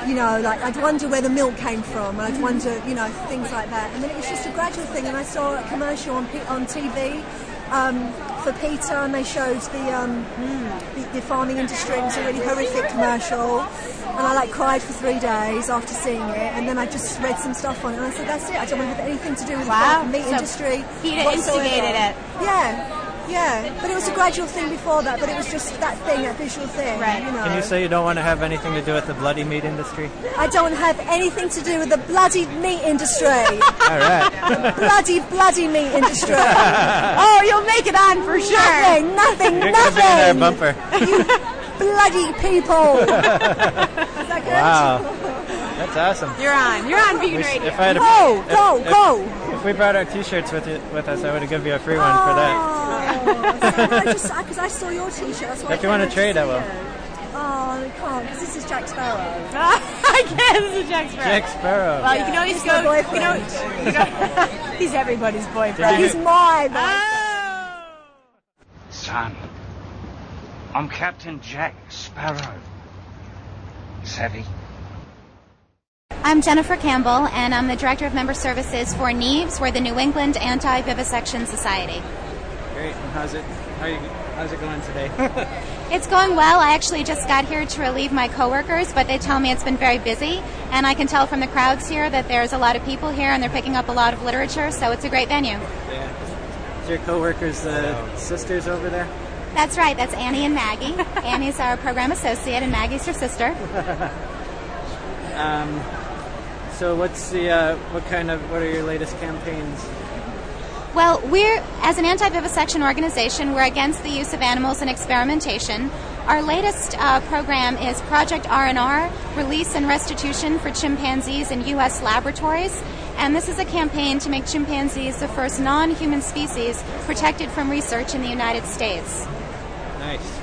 Speaker 21: you know, like I'd wonder where the milk came from, and I'd wonder, you know, things like that. And then it was just a gradual thing. And I saw a commercial on, P- on TV um, for Peter, and they showed the, um, the the farming industry. It was a really horrific commercial, and I like cried for three days after seeing it. And then I just read some stuff on it, and I said, "That's it. I don't want to have anything to do with
Speaker 4: Wow.
Speaker 21: the meat
Speaker 4: So
Speaker 21: industry."
Speaker 4: Peter
Speaker 21: whatsoever."
Speaker 4: instigated it.
Speaker 21: Yeah. Yeah, but it was a gradual thing before that. But it was just that thing, that visual thing. Right. You know.
Speaker 8: Can you say you don't want to have anything to do with the bloody meat
Speaker 21: (laughs)
Speaker 8: industry?
Speaker 21: I don't have anything to do with the bloody meat industry.
Speaker 8: All right.
Speaker 21: bloody, bloody meat industry.
Speaker 4: Oh, you'll make it on for sure.
Speaker 21: Nothing, nothing,
Speaker 8: You're gonna be in our bumper.
Speaker 21: nothing. bloody people.
Speaker 8: Wow. That's awesome.
Speaker 4: You're on. You're on Vegan
Speaker 8: We should-
Speaker 4: Radio.
Speaker 8: If I had a,
Speaker 4: Go,
Speaker 8: if-
Speaker 4: go,
Speaker 8: if,
Speaker 21: go.
Speaker 8: If we brought our T-shirts with it, with us, I would have given you a free one for that.
Speaker 4: Oh.
Speaker 21: (laughs) Because Oh, I,
Speaker 8: (laughs)
Speaker 21: 'cause I saw your T-shirt. So I
Speaker 8: if you want to
Speaker 21: came
Speaker 8: trade, I
Speaker 21: see
Speaker 8: will.
Speaker 21: it. Oh, I can't, because this is Jack Sparrow.
Speaker 4: (laughs) I can't. This is Jack Sparrow.
Speaker 8: Jack Sparrow.
Speaker 4: Well, you can always
Speaker 21: He's
Speaker 4: go.
Speaker 21: my
Speaker 4: You can always, you know, he's everybody's boyfriend.
Speaker 22: He's
Speaker 21: my Ah!
Speaker 22: Son, I'm Captain Jack Sparrow. Savvy?
Speaker 23: I'm Jennifer Campbell, and I'm the Director of Member Services for NEVES, we're the New England Anti-Vivisection Society.
Speaker 8: Great. And how's it? How you? How's it going (laughs) today?
Speaker 23: It's going well. I actually just got here to relieve my coworkers, but they tell me it's been very busy, and I can tell from the crowds here that there's a lot of people here, and they're picking up a lot of literature, so it's a great venue.
Speaker 8: yeah. Is your coworkers uh, sisters over there?
Speaker 23: That's right. That's Annie and Maggie. Annie's our program associate, and Maggie's her sister.
Speaker 8: Um, so what's the uh, what kind of what are your latest campaigns?
Speaker 23: Well, we're, as an anti vivisection organization, we're against the use of animals in experimentation. Our latest uh, program is Project R&R, Release and Restitution for Chimpanzees in U.S. Laboratories. And this is a campaign to make chimpanzees the first non human species protected from research in the United States.
Speaker 8: Nice.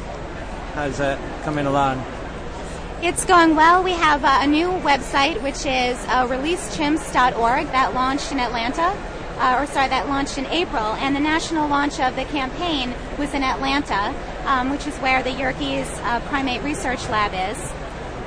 Speaker 8: How's that coming along?
Speaker 23: It's going well. We have uh, a new website, which is uh, releasechimps.org, that launched in Atlanta, uh, or sorry, that launched in April. And the national launch of the campaign was in Atlanta, um, which is where the Yerkes uh, Primate Research Lab is.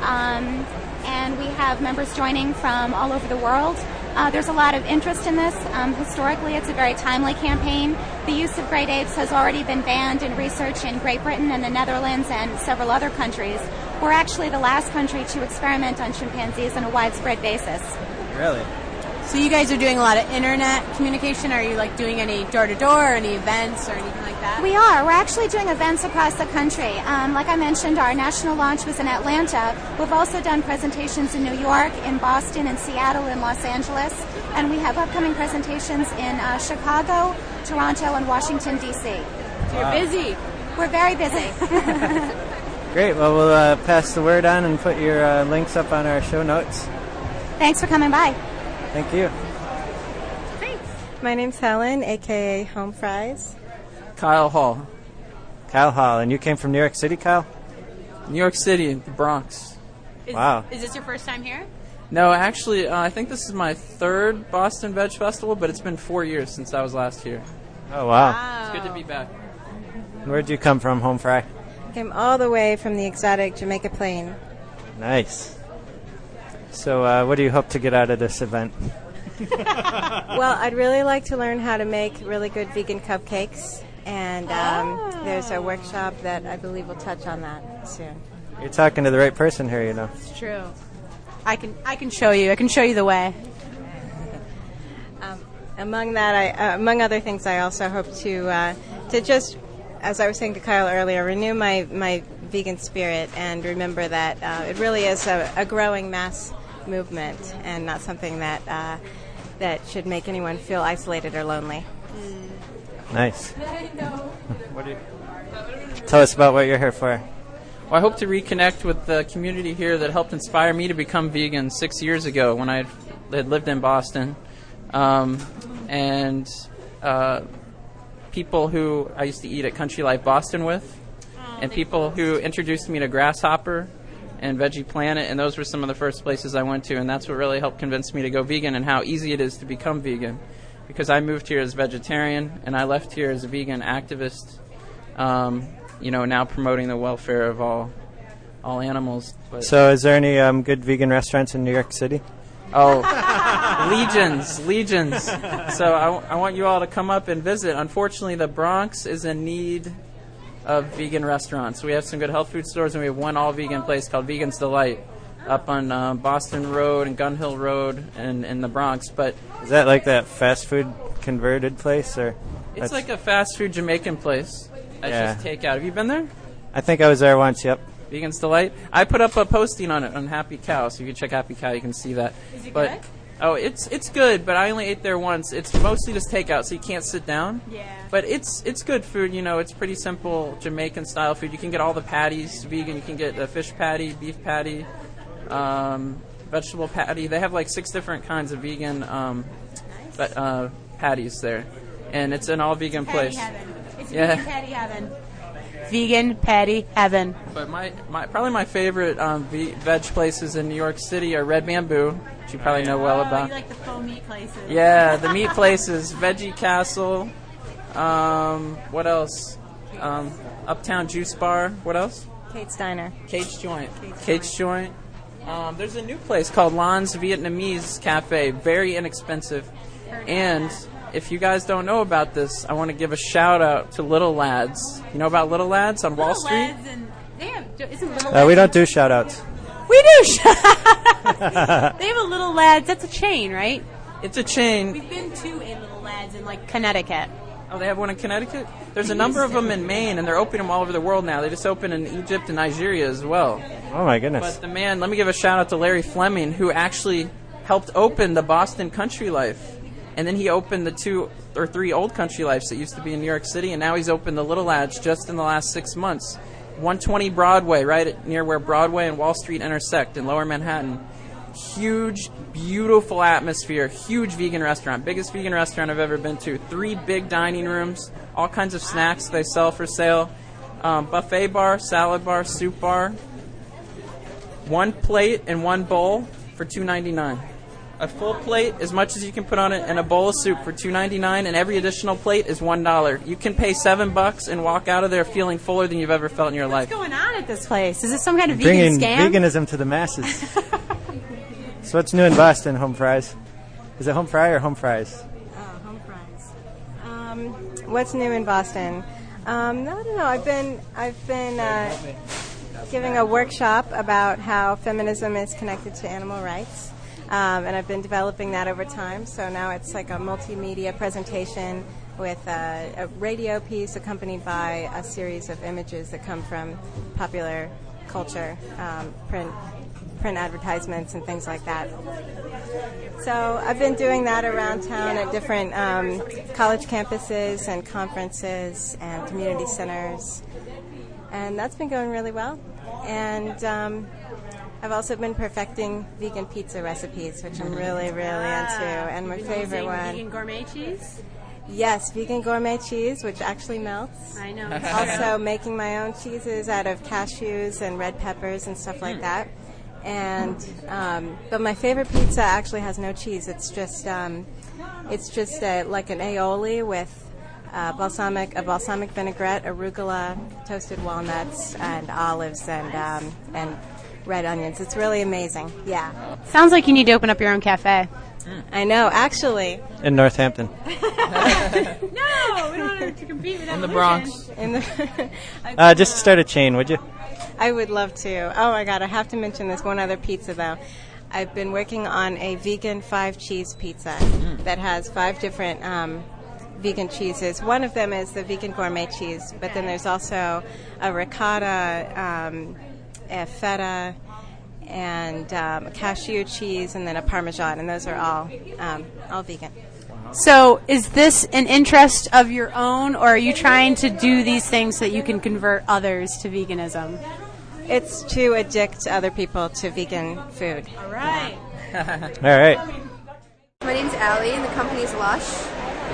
Speaker 23: Um, and we have members joining from all over the world. Uh, there's a lot of interest in this. Um, historically, it's a very timely campaign. The use of great apes has already been banned in research in Great Britain and the Netherlands and several other countries. We're actually the last country to experiment on chimpanzees on a widespread basis.
Speaker 8: Really?
Speaker 4: So you guys are doing a lot of internet communication. Are you like doing any door to door, any events, or anything like that?
Speaker 23: We are. We're actually doing events across the country. Um, like I mentioned, our national launch was in Atlanta. We've also done presentations in New York, in Boston, in Seattle, in Los Angeles, and we have upcoming presentations in uh, Chicago, Toronto, and Washington D.C.
Speaker 8: You're Wow.
Speaker 23: busy. We're very busy.
Speaker 8: Great. Well, we'll uh, pass the word on and put your uh, links up on our show notes.
Speaker 23: Thanks for coming by.
Speaker 8: Thank you.
Speaker 24: My name's Helen, aka Home Fries.
Speaker 8: Kyle Hall. Kyle Hall, and you came from New York City, Kyle?
Speaker 25: New York City, the Bronx.
Speaker 26: Is,
Speaker 25: Wow.
Speaker 26: Is this your first time here?
Speaker 25: No, actually, uh, I think this is my third Boston Veg Festival, but it's been four years since I was last here.
Speaker 8: Oh wow!
Speaker 25: It's good to be back.
Speaker 8: Where'd you come from, Home Fry?
Speaker 24: Came all the way from the exotic Jamaica Plain.
Speaker 8: Nice. So, uh, what do you hope to get out of this event?
Speaker 24: well, I'd really like to learn how to make really good vegan cupcakes, and um, there's a workshop that I believe will touch on that soon.
Speaker 8: You're talking to the right person here, you know.
Speaker 24: It's true.
Speaker 4: I can I can show you. I can show you the way.
Speaker 24: Um, among that, I, uh, among other things, I also hope to uh, to just, as I was saying to Kyle earlier, renew my my vegan spirit and remember that uh, it really is a, a growing mass movement and not something that uh, that should make anyone feel isolated or lonely.
Speaker 25: Mm.
Speaker 8: Nice.
Speaker 25: What do you?
Speaker 8: Tell us about what you're here for.
Speaker 25: Well, I hope to reconnect with the community here that helped inspire me to become vegan six years ago when I had lived in Boston. Um, and uh, people who I used to eat at Country Life Boston with, and people who introduced me to Grasshopper and Veggie Planet, and those were some of the first places I went to, and that's what really helped convince me to go vegan and how easy it is to become vegan. Because I moved here as vegetarian, and I left here as a vegan activist um, you know, now promoting the welfare of all all animals. But
Speaker 8: So, is there any um, good vegan restaurants in New York City?
Speaker 25: oh, (laughs) legions, legions. So I, w- I want you all to come up and visit. Unfortunately, the Bronx is in need of vegan restaurants. We have some good health food stores, and we have one all vegan place called Vegan's Delight up on uh, Boston Road and Gun Hill Road and in the Bronx. But
Speaker 23: Is that like that fast food converted place, or?
Speaker 25: it's
Speaker 23: that's-
Speaker 25: like a fast food Jamaican place. I
Speaker 23: Yeah.
Speaker 25: just takeout. Have you been there?
Speaker 23: I think I was there once. Yep.
Speaker 25: Vegan's Delight. I put up a posting on it on Happy Cow, so if you check Happy Cow, you can see that.
Speaker 7: Is it
Speaker 25: but,
Speaker 7: good?
Speaker 25: Oh, it's it's good, but I only ate there once. It's mostly just takeout, so you can't sit down.
Speaker 7: Yeah.
Speaker 25: But it's it's good food. You know, it's pretty simple Jamaican style food. You can get all the patties vegan. You can get a fish patty, beef patty, um, vegetable patty. They have like six different kinds of vegan, um, but uh, patties there, and it's an all vegan
Speaker 22: patty
Speaker 25: place.
Speaker 22: heaven. It's
Speaker 25: yeah.
Speaker 22: vegan patty heaven. Vegan patty heaven.
Speaker 25: But my, my probably my favorite um, ve- veg places in New York City are Red Bamboo, which you probably know well
Speaker 7: oh,
Speaker 25: about.
Speaker 7: You like the faux meat places.
Speaker 25: yeah, the meat places, Veggie Castle. Um, what else? Um, Uptown Juice Bar. What else?
Speaker 24: Kate's Diner.
Speaker 25: Kate's Joint. Kate's Joint. Um, there's a new place called Lon's Vietnamese Cafe. Very inexpensive. And if you guys don't know about this, I want to give a shout out to Little Lads. You know about Little Lads on Wall
Speaker 7: Little
Speaker 25: Street?
Speaker 7: Lads and they have. Isn't little
Speaker 23: Uh, we don't
Speaker 7: Lads-
Speaker 23: do Uh. shout outs.
Speaker 22: We do.
Speaker 23: (laughs)
Speaker 22: They have a little lads. That's a chain, right?
Speaker 25: It's a chain.
Speaker 22: We've been to a little lads in like Connecticut.
Speaker 25: Oh, they have one in Connecticut? There's a number of them in Maine, and they're opening them all over the world now. They just opened in Egypt and Nigeria as well.
Speaker 23: Oh my goodness.
Speaker 25: But the man, let me give a shout out to Larry Fleming, who actually helped open the Boston Country Life. And then he opened the two or three old country lives that used to be in New York City, and now he's opened the Little Lads just in the last six months. 120 Broadway, right at, near where Broadway and Wall Street intersect in lower Manhattan. Huge, beautiful atmosphere, huge vegan restaurant, biggest vegan restaurant I've ever been to. Three big dining rooms, all kinds of snacks they sell for sale, um, buffet bar, salad bar, soup bar, one plate and one bowl for two ninety nine. A full plate, as much as you can put on it, and a bowl of soup for two ninety nine, and every additional plate is one dollar. You can pay seven bucks and walk out of there feeling fuller than you've ever felt in your life.
Speaker 22: What's going on at this place? Is this some kind of
Speaker 23: Bringing
Speaker 22: vegan scam?
Speaker 23: veganism to
Speaker 3: (laughs)
Speaker 23: the masses. so what's new in Boston? Home fries. Is it home fry or home fries?
Speaker 24: uh, Um, what's new in Boston? Um, no, I don't know. I've been I've been uh, giving a workshop about how feminism is connected to animal rights, um, and I've been developing that over time. So now it's like a multimedia presentation with uh, a radio piece accompanied by a series of images that come from popular culture, um, print print advertisements and things like that. So I've been doing that around town at different um, college campuses and conferences and community centers, and that's been going really well. And um, I've also been perfecting vegan pizza recipes, which I'm really, really into.
Speaker 4: Ah,
Speaker 24: And my
Speaker 7: You've been
Speaker 24: favorite
Speaker 7: using
Speaker 24: one,
Speaker 7: Vegan gourmet cheese.
Speaker 24: yes, vegan gourmet cheese, which actually melts. I
Speaker 7: know.
Speaker 24: also making my own cheeses out of cashews and red peppers and stuff like that. And um, but my favorite pizza actually has no cheese. It's just um, it's just a, like an aioli with uh, balsamic a balsamic vinaigrette, arugula, toasted walnuts, and olives and um, and red onions. It's really amazing. Yeah,
Speaker 22: Sounds like you need to open up your own cafe. Hmm.
Speaker 24: I know. Actually,
Speaker 23: In Northampton.
Speaker 24: no, we don't want to compete with
Speaker 25: In the evolution. Bronx.
Speaker 24: In (laughs) the
Speaker 23: Uh, just start a chain, would you?
Speaker 24: I would love to. Oh my god, I have to mention this one other pizza though. I've been working on a vegan five cheese pizza
Speaker 25: Mm.
Speaker 24: that has five different um, vegan cheeses. One of them is the vegan gourmet cheese, but then there's also a ricotta, um, a feta, and um, a cashew cheese, and then a parmesan, and those are all um, all vegan.
Speaker 22: So, is this an interest of your own, or are you trying to do these things so that you can convert others to veganism?
Speaker 24: It's to addict other people to vegan food.
Speaker 22: All right.
Speaker 8: (laughs)
Speaker 23: All right.
Speaker 9: My name's Allie, and the company's Lush.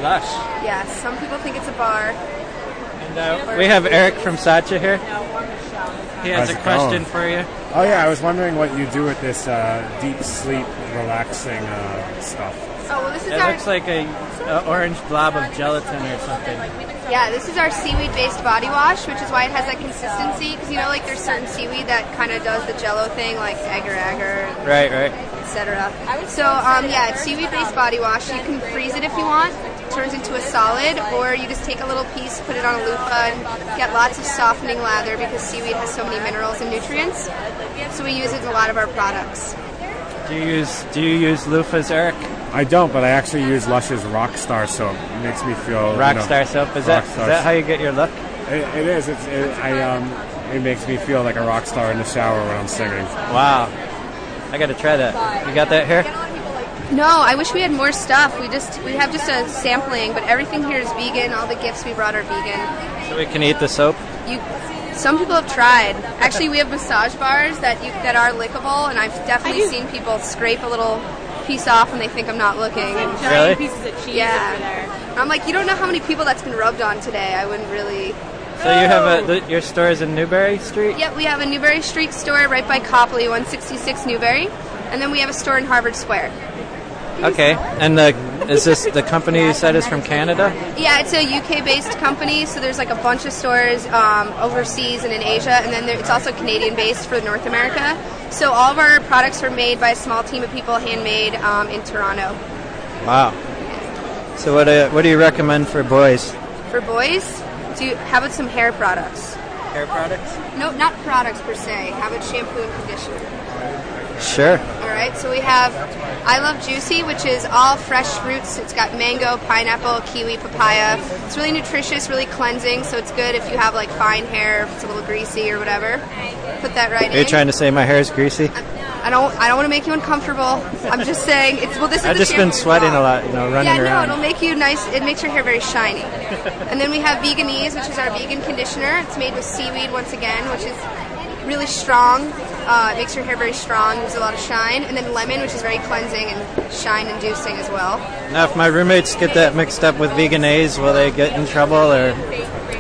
Speaker 23: Lush.
Speaker 9: Yeah, some people think it's a bar.
Speaker 23: And uh, we have Eric from Satya here. He
Speaker 12: How's
Speaker 23: has a
Speaker 12: it
Speaker 23: question
Speaker 12: going?
Speaker 23: for you.
Speaker 12: Oh yeah, I was wondering what you do with this uh, deep sleep relaxing uh, stuff.
Speaker 3: Oh, well, this is
Speaker 8: It
Speaker 3: our.
Speaker 8: looks like a, a orange blob of gelatin or something.
Speaker 3: Yeah, this is our seaweed based body wash, which is why it has that consistency. Because you know, like there's certain seaweed that kind of does the jello thing, like agar agar,
Speaker 8: Right, right.
Speaker 3: etc. So, um, yeah, it's seaweed based body wash. You can freeze it if you want, it turns into a solid, or you just take a little piece, put it on a loofah, and get lots of softening lather because seaweed has so many minerals and nutrients. So, we use it in a lot of our products.
Speaker 8: Do you use Do you use loofahs, Eric?
Speaker 12: I don't, but I actually use Lush's Rockstar soap. It makes me feel
Speaker 8: Rockstar soap? Is that- is that how you get your look?
Speaker 12: It, it is. It's, it, I um, it makes me feel like a rock star in the shower when I'm singing.
Speaker 8: Wow, I got to try that. You got that here?
Speaker 3: No, I wish we had more stuff. We just we have just a sampling, but everything here is vegan. All the gifts we brought are vegan.
Speaker 8: So we can eat the soap.
Speaker 3: You, some people have tried. Actually, we have massage bars that you that are lickable, and I've definitely seen people scrape a little piece off when they think I'm not looking.
Speaker 8: Really?
Speaker 3: pieces of cheese yeah. I'm like, you don't know how many people that's been rubbed on today. I wouldn't really.
Speaker 8: So you have a th- your store is in Newberry Street.
Speaker 3: Yep, we have a Newberry Street store right by Copley, 166 Newberry, and then we have a store in Harvard Square.
Speaker 8: Okay, and the is this the company you said is from Canada?
Speaker 3: Yeah, it's a UK-based company, so there's like a bunch of stores um, overseas and in Asia, and then there, it's also Canadian-based for North America. So all of our products are made by a small team of people, handmade um, in Toronto.
Speaker 8: Wow. So what do, what do you recommend for boys?
Speaker 3: For boys, do how about some hair products?
Speaker 8: Hair products?
Speaker 3: No, not products per se. How about shampoo and conditioner?
Speaker 8: Sure.
Speaker 3: All right, so we have I Love Juicy, which is all fresh fruits. It's got mango, pineapple, kiwi, papaya. It's really nutritious, really cleansing, so it's good if you have like fine hair, if it's a little greasy or whatever. Put that right
Speaker 8: Are you
Speaker 3: in.
Speaker 8: trying to say my hair is greasy?
Speaker 3: I don't I don't want to make you uncomfortable. I'm just saying it's well this is
Speaker 8: I've
Speaker 3: the
Speaker 8: just been
Speaker 3: shampoo.
Speaker 8: sweating a lot, you know, running
Speaker 3: yeah, no,
Speaker 8: around.
Speaker 3: it'll make you nice. It makes your hair
Speaker 8: (laughs)
Speaker 3: very shiny. and then we have Veganese, which is our vegan conditioner. It's made with seaweed once again, which is really strong. Uh, it makes your hair very strong, gives a lot of shine. And then lemon, which is very cleansing and shine inducing as well.
Speaker 8: Now, if my roommates get that mixed up with veganese, will they get in trouble or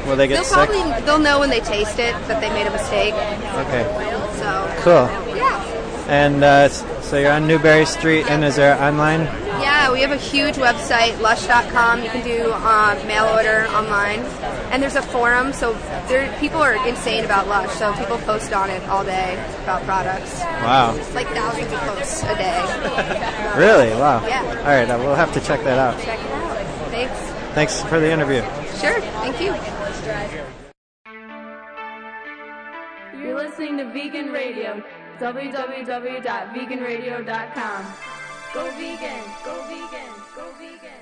Speaker 8: will they
Speaker 3: They'll
Speaker 8: get sick?
Speaker 3: probably they'll know when they taste it that they made a mistake.
Speaker 8: Okay,
Speaker 3: So
Speaker 8: cool.
Speaker 3: yeah.
Speaker 8: And uh, s- so you're on Newberry Street, and is there online?
Speaker 3: Yeah, we have a huge website, lush.com. You can do uh, mail order online. And there's a forum, so there, people are insane about Lush, so people post on it all day about products.
Speaker 8: Wow.
Speaker 3: It's like thousands of posts a day.
Speaker 8: Really? Wow.
Speaker 3: Yeah.
Speaker 8: All right, I will have to check that out.
Speaker 3: Check it out. Thanks.
Speaker 8: Thanks for the interview.
Speaker 3: Sure, thank you.
Speaker 5: You're listening to Vegan Radio. www.veganradio.com. Go vegan. Go vegan. Go vegan.